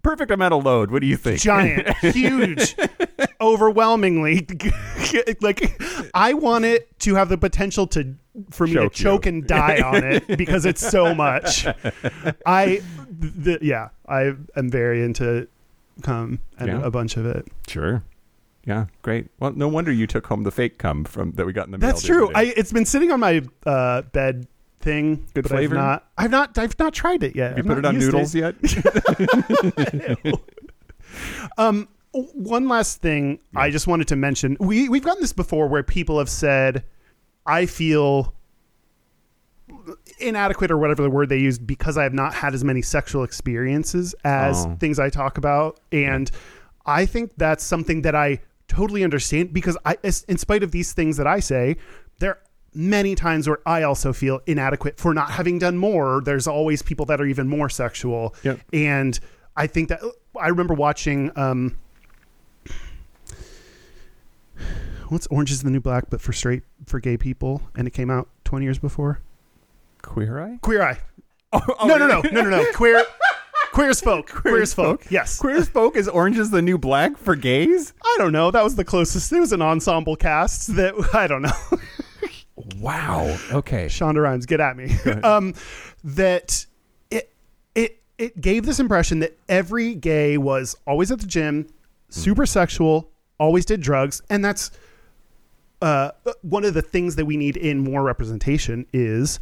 Speaker 1: Perfect amount of load. What do you think?
Speaker 2: giant, huge, overwhelmingly. like, I want it to have the potential to for me
Speaker 1: Choke
Speaker 2: to
Speaker 1: you.
Speaker 2: choke and die on it because it's so much. I, th- yeah, I am very into cum and
Speaker 1: Yeah.
Speaker 2: a bunch of it.
Speaker 1: sure. Yeah, great. Well, no wonder you took home the fake cum from that we got in the mail.
Speaker 2: That's
Speaker 1: the other day.
Speaker 2: true. I it's been sitting on my uh, bed thing.
Speaker 1: Good
Speaker 2: but
Speaker 1: flavor?
Speaker 2: I've not, I've not. I've not tried it yet.
Speaker 1: you
Speaker 2: I've
Speaker 1: put
Speaker 2: not
Speaker 1: it on
Speaker 2: used
Speaker 1: noodles
Speaker 2: It.
Speaker 1: yet?
Speaker 2: W- One last thing, I just wanted to mention. We we've gotten this before, where people have said, "I feel." inadequate or whatever the word they used because I have not had as many sexual experiences as
Speaker 1: Oh.
Speaker 2: things I talk about. And I think that's something that I totally understand because I, as- in spite of these things that I say, there are many times where I also feel inadequate for not having done more. There's always people that are even more sexual.
Speaker 1: Yep.
Speaker 2: And I think that I remember watching, um, What's Orange is the New Black, but for straight, for gay people, and it came out 20 years before?
Speaker 1: Queer eye.
Speaker 2: Queer Eye. Oh,
Speaker 1: Oh,
Speaker 2: no, no, no, no, no, no. Queer, queer as folk. Queer, as folk. Yes.
Speaker 1: Queer as folk is orange is the new black for gays.
Speaker 2: I don't know. That was the closest. It was an ensemble cast that I don't know.
Speaker 1: Wow. Okay.
Speaker 2: Shonda Rhimes, get at me. um, that it it it gave this impression that every gay was always at the gym, super sexual, always did drugs, and that's uh, one of the things that we need in more representation is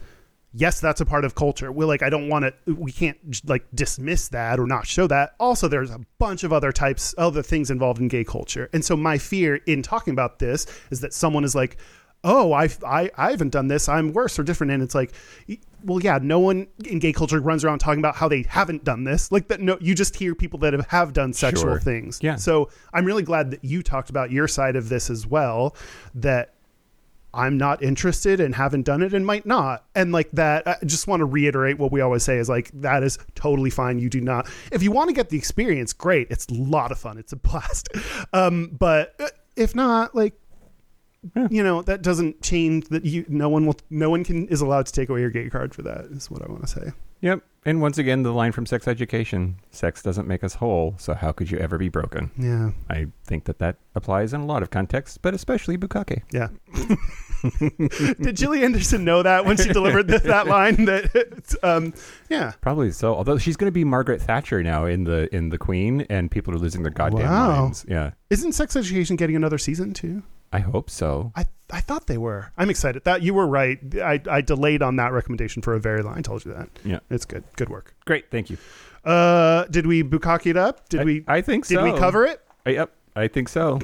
Speaker 2: yes that's a part of culture we're like i don't want to we can't j- like dismiss that or not show that also there's a bunch of other types other things involved in gay culture and so my fear in talking about this is that someone is like oh i i, I haven't done this i'm worse or different and it's like y- well yeah no one in gay culture runs around talking about how they haven't done this like that no you just hear people that have, have done sexual
Speaker 1: Sure.
Speaker 2: things
Speaker 1: Yeah.
Speaker 2: so i'm really glad that you talked about your side of this as well that I'm not interested and haven't done it and might not. And like that, I just want to reiterate what we always say is like, that is totally fine. You do not, if you want to get the experience, great. It's a lot of fun. It's a blast. Um, but uh, if not, like, you know, that doesn't change that you, no one will, no one can, is allowed to take away your gay card for that is what I want to say.
Speaker 1: Yep. And once again, the line from Sex Education sex doesn't make us whole, so how could you ever be broken?
Speaker 2: Yeah.
Speaker 1: I think that that applies in a lot of contexts, but especially bukkake.
Speaker 2: Yeah. Did Julie Anderson know that when she delivered th- that line that, um, yeah.
Speaker 1: Probably so. Although she's going to be Margaret Thatcher now in the in the Queen, and people are losing their goddamn
Speaker 2: Wow.
Speaker 1: minds. Yeah,
Speaker 2: Isn't sex education getting another season too?
Speaker 1: I hope so.
Speaker 2: I, I thought they were. I'm excited. That you were right. I, I delayed on that recommendation for a very long. I told you that.
Speaker 1: Yeah.
Speaker 2: It's good. Good work.
Speaker 1: Great, thank you.
Speaker 2: Uh, did we bukkake it up? Did
Speaker 1: I-
Speaker 2: we?
Speaker 1: I think
Speaker 2: Did we
Speaker 1: so.
Speaker 2: cover it?
Speaker 1: I, yep, I think so.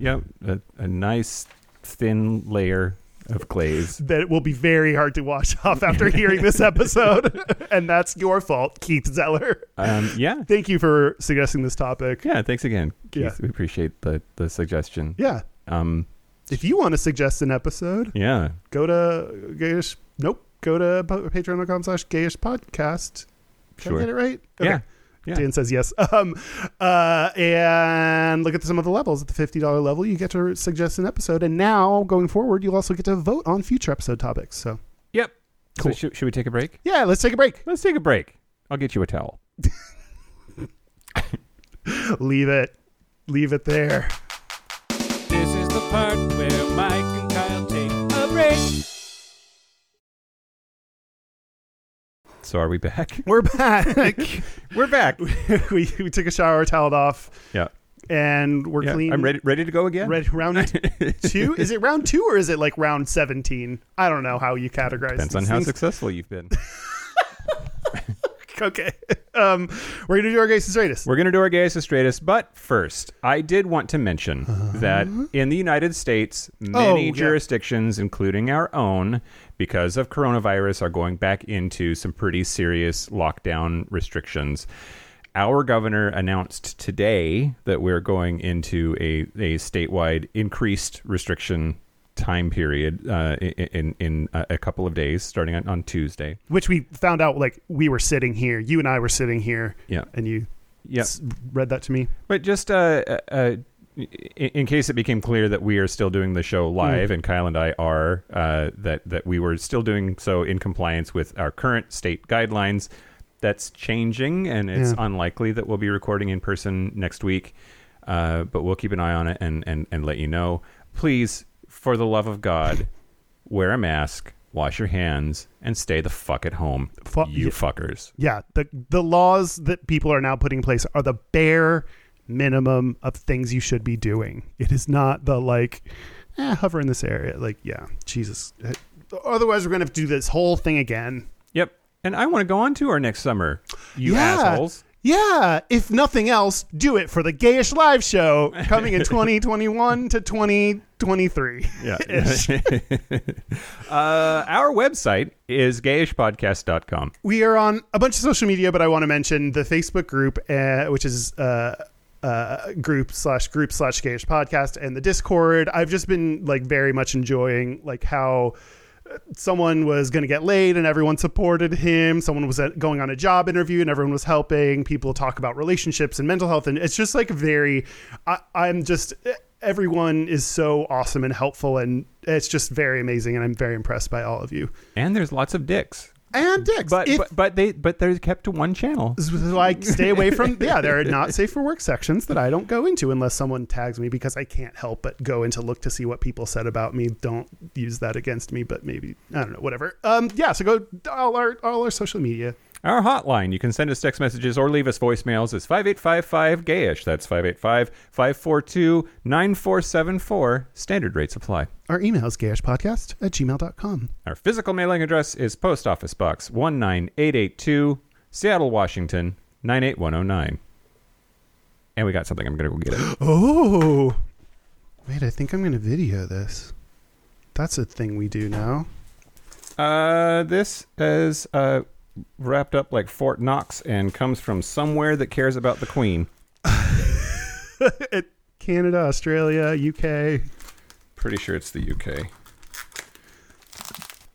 Speaker 1: Yep, a, a nice thin layer of glaze.
Speaker 2: That it will be very hard to wash off after hearing this episode, and that's your fault, Keith Zeller.
Speaker 1: Um, yeah,
Speaker 2: Thank you for suggesting this topic.
Speaker 1: yeah. Thanks again, Keith.
Speaker 2: Yeah.
Speaker 1: We appreciate the the suggestion.
Speaker 2: Yeah.
Speaker 1: Um,
Speaker 2: If you want to suggest an episode,
Speaker 1: yeah.
Speaker 2: go to gayish. Nope. Go to pa- Patreon.com/slash Gayish Podcast. Did
Speaker 1: Sure.
Speaker 2: I get it right?
Speaker 1: Yeah. Yeah.
Speaker 2: Dan says yes. Um, uh, and look at some of the levels. At the fifty dollar level, you get to suggest an episode, and now going forward, you'll also get to vote on future episode topics. So
Speaker 1: Yep.
Speaker 2: Cool.
Speaker 1: So should, should we take a break?
Speaker 2: yeah, let's take a break.
Speaker 1: Let's take a break. I'll get you a towel.
Speaker 2: Leave it. Leave it there.
Speaker 7: This is the part where Mike and Kyle take a break.
Speaker 1: So are we back?
Speaker 2: We're back.
Speaker 1: We're back.
Speaker 2: we, we took a shower, toweled off,
Speaker 1: Yeah.
Speaker 2: and we're
Speaker 1: yeah.
Speaker 2: clean.
Speaker 1: I'm ready ready to go again.
Speaker 2: Ready- round two? Is it round two or is it like round 17? I don't know how you categorize
Speaker 1: Depends
Speaker 2: these
Speaker 1: on how
Speaker 2: things.
Speaker 1: successful you've been.
Speaker 2: Okay. Um, we're going to do our Grace's Ratus.
Speaker 1: We're going to do our gayest and straightest, but first, I did want to mention that in the United States, many
Speaker 2: yeah.
Speaker 1: jurisdictions, including our own, because of coronavirus, are going back into some pretty serious lockdown restrictions. Our governor announced today that we're going into a, a statewide increased restriction time period uh, i- i- in, in uh, a a couple of days, starting on, on Tuesday.
Speaker 2: Which we found out like we were sitting here. You and I were sitting here.
Speaker 1: Yeah.
Speaker 2: And you
Speaker 1: Yeah.
Speaker 2: s- read that to me.
Speaker 1: But just uh, uh, uh, in, in case it became clear that we are still doing the
Speaker 2: Mm.
Speaker 1: show live, and Kyle and I are, uh, that that we were still doing so in compliance with our current state guidelines. That's changing, and it's
Speaker 2: Yeah.
Speaker 1: unlikely that we'll be recording in person next week. Uh, but we'll keep an eye on it and, and, and let you know. Please, for the love of God, wear a mask, wash your hands, and stay the fuck at home,
Speaker 2: Fu-
Speaker 1: you
Speaker 2: yeah.
Speaker 1: fuckers.
Speaker 2: Yeah. The, the laws that people are now putting in place are the bare minimum of things you should be doing. It is not the like, eh, hover in this area. Like, yeah, Jesus. Otherwise, we're going to have to do this whole thing again.
Speaker 1: Yep. And I want to go on tour next summer, you assholes.
Speaker 2: Yeah, if nothing else, do it for the Gayish Live Show coming in 2021 to 2023.
Speaker 1: yeah. uh, our website is gayishpodcast.com.
Speaker 2: We are on a bunch of social media, but I want to mention the Facebook group, uh, which is uh, uh, group slash group slash Gayish podcast, and the Discord. I've just been like very much enjoying like how uh, someone was going to get laid and everyone supported him. Someone was at, going on a job interview and everyone was helping. People talk about relationships and mental health. And it's just like very, I, I'm just, e, everyone is so awesome and helpful. And it's just very amazing. And I'm very impressed by all of you.
Speaker 1: And there's lots of dicks.
Speaker 2: And dicks.
Speaker 1: But,
Speaker 2: if,
Speaker 1: but but they but they're kept to one channel.
Speaker 2: like stay away from yeah there are not safe for work sections that i don't go into unless someone tags me because i can't help but go in to look to see what people said about me don't use that against me but maybe i don't know whatever um yeah so go all our all our social media
Speaker 1: Our hotline, you can send us text messages or leave us voicemails is 5855 gayish. That's 585 542 9474. Standard rates apply.
Speaker 2: our email is gayishpodcast at gmail.com
Speaker 1: Our physical mailing address is Post Office Box 19882, Seattle, Washington 98109. And we got something. I'm going to go get it.
Speaker 2: oh wait i think i'm gonna video this that's a thing we do now
Speaker 1: Uh, this is uh, wrapped up like Fort Knox and comes from somewhere that cares about the Queen.
Speaker 2: canada australia uk
Speaker 1: Pretty sure it's the UK.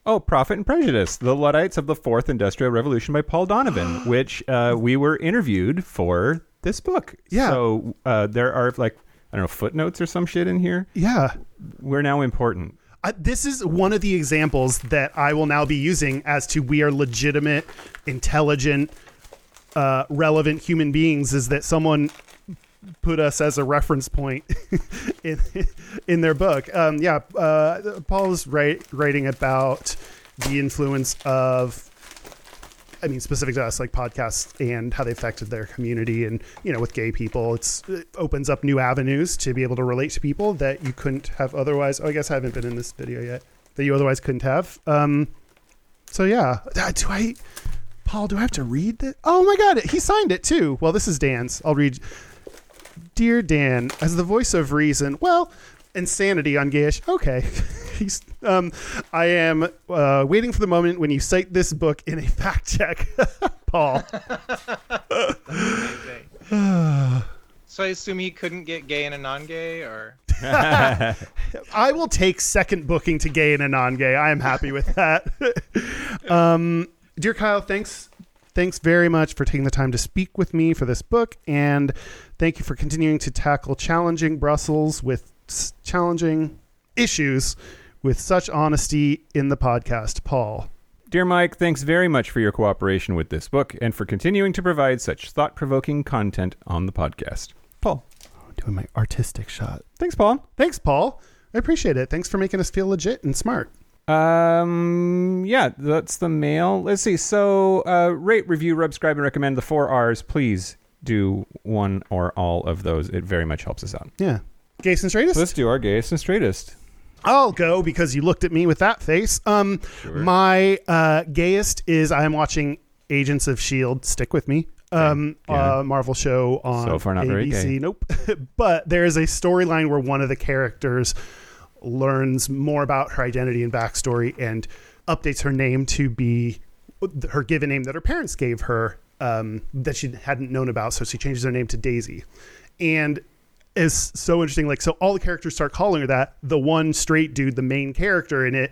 Speaker 1: Oh, Profit and Prejudice: The Luddites of the Fourth Industrial Revolution by Paul Donovan, which uh, we were interviewed for this book.
Speaker 2: Yeah.
Speaker 1: So uh, there are like I don't know footnotes or some shit in here.
Speaker 2: yeah
Speaker 1: We're now important.
Speaker 2: I, this is one of the examples that I will now be using as to we are legitimate, intelligent, uh, relevant human beings. Is that someone put us as a reference point in in their book? Um, yeah, uh, Paul's right, writing about the influence of. I mean, specific to us, like podcasts and how they affected their community, and you know, with gay people, it's it opens up new avenues to be able to relate to people that you couldn't have otherwise. Oh, I guess I haven't been in this video yet that you otherwise couldn't have. Um, so yeah, Uh, do I, Paul? Do I have to read this? Oh my God, he signed it too. Well, this is Dan's. I'll read. Dear Dan, as the voice of reason, well, insanity on Gayish. Okay. He's, um, I am uh, waiting for the moment when you cite this book in a fact check, Paul.
Speaker 3: Amazing. so I assume he couldn't get gay and a non-gay, or
Speaker 2: I will take second booking to gay and a non-gay. I am happy with that. um, dear Kyle, thanks, thanks very much for taking the time to speak with me for this book, and thank you for continuing to tackle challenging Brussels with s- challenging issues with such honesty in the podcast, Paul.
Speaker 1: Dear Mike, thanks very much for your cooperation with this book and for continuing to provide such thought provoking content on the podcast. Paul.
Speaker 2: Doing my artistic shot.
Speaker 1: Thanks, Paul.
Speaker 2: Thanks, Paul. I appreciate it. Thanks for making us feel legit and smart.
Speaker 1: Um, yeah, that's the mail. Let's see. So, uh, rate, review, subscribe, and recommend the four R's. Please do one or all of those. It very much helps us out.
Speaker 2: Yeah. Gason Stratus?
Speaker 1: Let's do our gayest and straightest.
Speaker 2: I'll go because you looked at me with that face. Um, my uh, gayest is I am watching Agents of Shield. E Stick with me. Um,
Speaker 1: Yeah.
Speaker 2: uh, Marvel show on
Speaker 1: So far not
Speaker 2: ABC.
Speaker 1: very gay.
Speaker 2: Nope. but there is a storyline where one of the characters learns more about her identity and backstory and updates her name to be her given name that her parents gave her um, that she hadn't known about. So she changes her name to Daisy. And is so interesting. Like, so all the characters start calling her that. The one straight dude, the main character in it,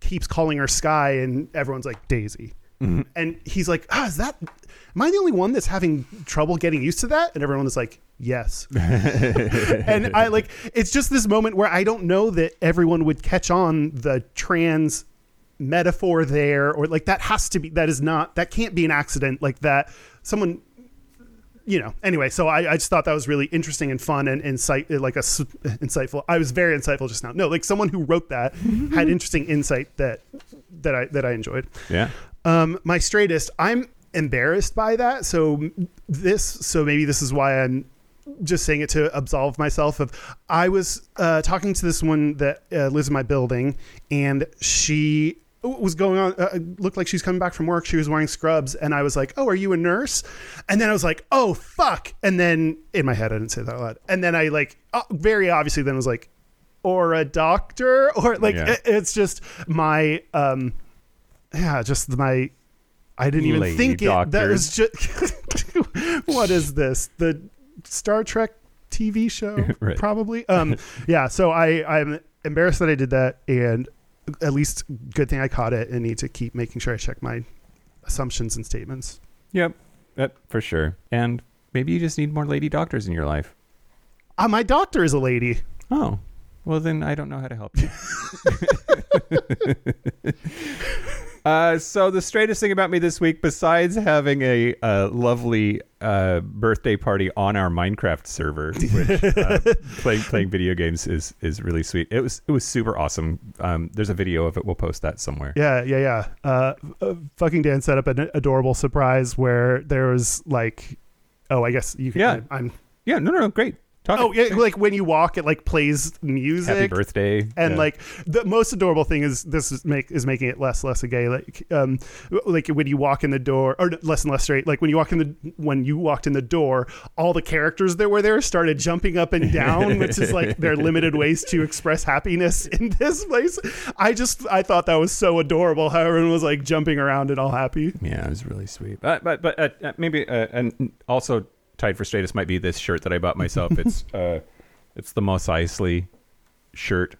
Speaker 2: keeps calling her Sky, and everyone's like, Daisy. And he's like, ah, is that, am I the only one that's having trouble getting used to that? And everyone is like, yes. and I like, it's just this moment where I don't know that everyone would catch on the trans metaphor there, or like that has to be, that is not, that can't be an accident. Like that, someone you know, anyway, so I, I just thought that was really interesting and fun and insight, like a s- insightful. I was very insightful just now. No, like someone who wrote that had interesting insight that that I that I enjoyed.
Speaker 1: Yeah.
Speaker 2: Um, my straightest, I'm embarrassed by that. So this, so maybe this is why I'm just saying it to absolve myself of. I was uh, talking to this one that uh, lives in my building, and she was going on uh, looked like she was coming back from work she was wearing scrubs and i was like oh are you a nurse and then i was like oh fuck and then in my head i didn't say that out loud and then i like uh, very obviously then was like or a doctor or like
Speaker 1: Yeah.
Speaker 2: it- it's just my um yeah, just my. I didn't even
Speaker 1: Lady
Speaker 2: think it. That was
Speaker 1: doctors.
Speaker 2: just. what is this? The Star Trek TV show,
Speaker 1: Right.
Speaker 2: probably. Um, yeah. So I I'm embarrassed that I did that, and at least good thing I caught it, and need to keep making sure I check my assumptions and statements.
Speaker 1: Yep. That for sure. And maybe you just need more lady doctors in your life.
Speaker 2: Ah, my doctor is a lady.
Speaker 1: Oh. Well, then I don't know how to help you. uh, so, the straightest thing about me this week, besides having a uh, lovely uh, birthday party on our Minecraft server, which uh, playing, playing video games is, is really sweet. It was, it was super awesome. Um, there's a video of it. We'll post that somewhere.
Speaker 2: Yeah, yeah, yeah. Uh, uh, fucking Dan set up an adorable surprise where there was like, oh, I guess you. Can,
Speaker 1: Yeah.
Speaker 2: I'm
Speaker 1: Yeah, no, no, no. Great. Talk.
Speaker 2: Oh yeah, like when you walk, it like plays music.
Speaker 1: Happy birthday.
Speaker 2: And
Speaker 1: Yeah.
Speaker 2: like the most adorable thing is this is make is making it less less a gay like um like when you walk in the door or less and less straight like when you walk in the when you walked in the door all the characters that were there started jumping up and down which is like their limited ways to express happiness in this place I just I thought that was so adorable how everyone was like jumping around and all happy
Speaker 1: Yeah, it was really sweet. But but but uh, uh, maybe uh, and also tied for status might be this shirt that I bought myself. it's uh, it's the Mos Eisley shirt.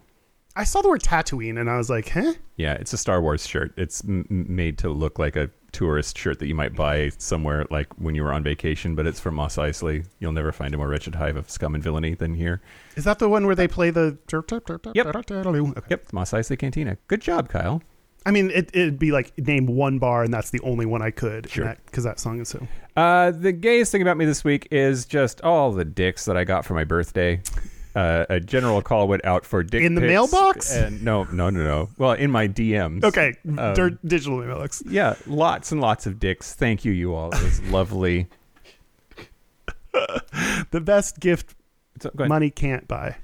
Speaker 2: I saw the word Tatooine and I was like huh
Speaker 1: Yeah, it's a Star Wars shirt. It's m- m- made to look like a tourist shirt that you might buy somewhere like when you were on vacation, but it's from Mos Eisley. You'll never find a more wretched hive of scum and villainy than here.
Speaker 2: is that the one where they play the
Speaker 1: Yep.
Speaker 2: okay.
Speaker 1: Yep, Mos Eisley Cantina. Good job, Kyle.
Speaker 2: I mean, it, it'd be like name one bar, and that's the only one I could.
Speaker 1: Sure.
Speaker 2: Because that, song is so.
Speaker 1: Uh, the gayest thing about me this week is just all the dicks that I got for my birthday. Uh, a general call went out for dick
Speaker 2: In the
Speaker 1: pics
Speaker 2: mailbox?
Speaker 1: And no, no, no, no. Well, in my DMs.
Speaker 2: Okay. dirt, digital Alex.
Speaker 1: Yeah, lots and lots of dicks. Thank you, you all. It was lovely.
Speaker 2: The best gift
Speaker 1: So, go ahead.
Speaker 2: money can't buy.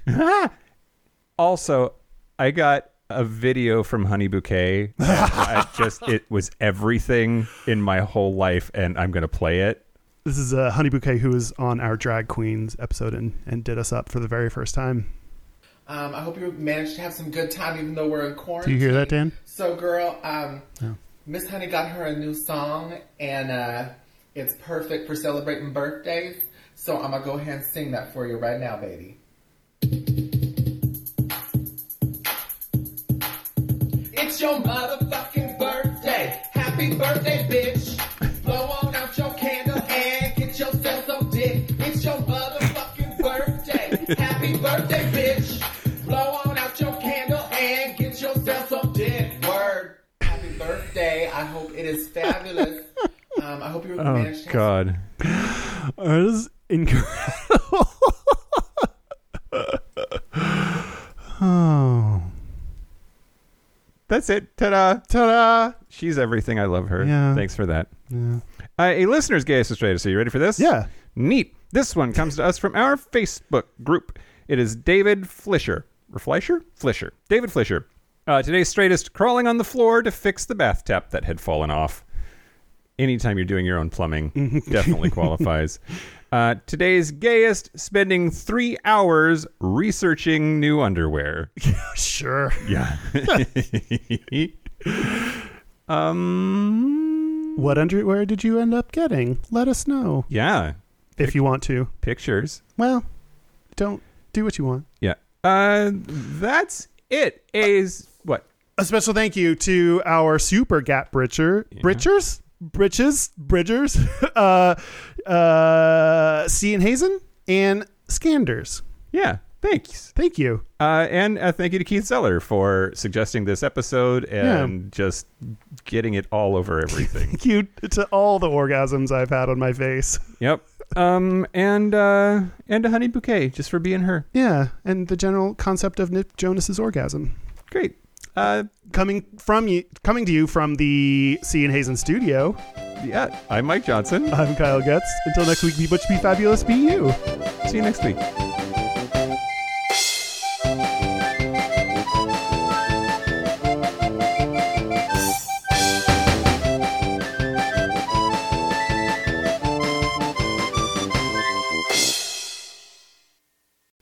Speaker 1: Also, I got a video from Honey Bouquet. And I just it was everything in my whole life, and I'm gonna play it.
Speaker 2: This is uh, Honey Bouquet, who was on our Drag Queens episode and, and did us up for the very first time.
Speaker 8: Um, I hope you managed to have some good time, even though we're in
Speaker 2: Do
Speaker 8: quarantine.
Speaker 2: you hear that, Dan?
Speaker 8: So, girl, um, Miss Honey got her a new song, and uh, it's perfect for celebrating birthdays. So I'm gonna go ahead and sing that for you right now, baby. It's your motherfucking birthday. Happy birthday, bitch. Blow on out your candle and get yourself some dick. It's your motherfucking birthday. Happy birthday, bitch. Blow on out your candle and get yourself some dick. Word. Happy birthday. is fabulous. Um, I hope you
Speaker 1: Oh
Speaker 8: managed to
Speaker 1: God.
Speaker 2: That is incredible. oh,
Speaker 1: That's it. Ta-da.
Speaker 2: ta-da!
Speaker 1: She's everything. I love her.
Speaker 2: Yeah.
Speaker 1: Thanks for that.
Speaker 2: Yeah.
Speaker 1: Uh, a listener's gay straight. So you ready for this?
Speaker 2: Yeah.
Speaker 1: Neat. This one comes to us from our Facebook group. It is David Flisher. Or Fleischer? Flisher. David Flisher. Uh, today's straightest crawling on the floor to fix the bath tap that had fallen off. Anytime you're doing your own plumbing, definitely qualifies. Uh, today's gayest spending three hours researching new underwear.
Speaker 2: Sure.
Speaker 1: Yeah. um.
Speaker 2: What underwear did you end up getting? Let us know
Speaker 1: Yeah.
Speaker 2: if you want to.
Speaker 1: Pictures.
Speaker 2: Well, don't do what you want.
Speaker 1: Yeah. Uh, that's it. A's what?
Speaker 2: A special thank you to our super gap bridger, bridgers, bridges, bridgers, uh, uh, C and Hazen and Scanders.
Speaker 1: Yeah. Thanks.
Speaker 2: Thank you.
Speaker 1: Uh, and uh, thank you to Keith Zeller for suggesting this episode and just getting it all over everything.
Speaker 2: Thank you to all the orgasms I've had on my face.
Speaker 1: yep. Um. And uh. And a honey bouquet just for being her.
Speaker 2: Yeah, and the general concept of Nick Jonas's orgasm.
Speaker 1: Great. Uh.
Speaker 2: Coming from you, coming to you from the C and Hazen studio.
Speaker 1: Yeah. I'm Mike Johnson.
Speaker 2: I'm Kyle Getz. Until next week, be butch, be fabulous, be you.
Speaker 1: See you next week.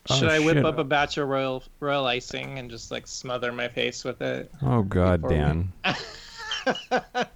Speaker 1: Oh,
Speaker 3: Should I whip
Speaker 1: shit.
Speaker 3: up a batch of royal royal icing and just like smother my face with it?
Speaker 1: Oh God,
Speaker 3: Before we-
Speaker 1: Dan.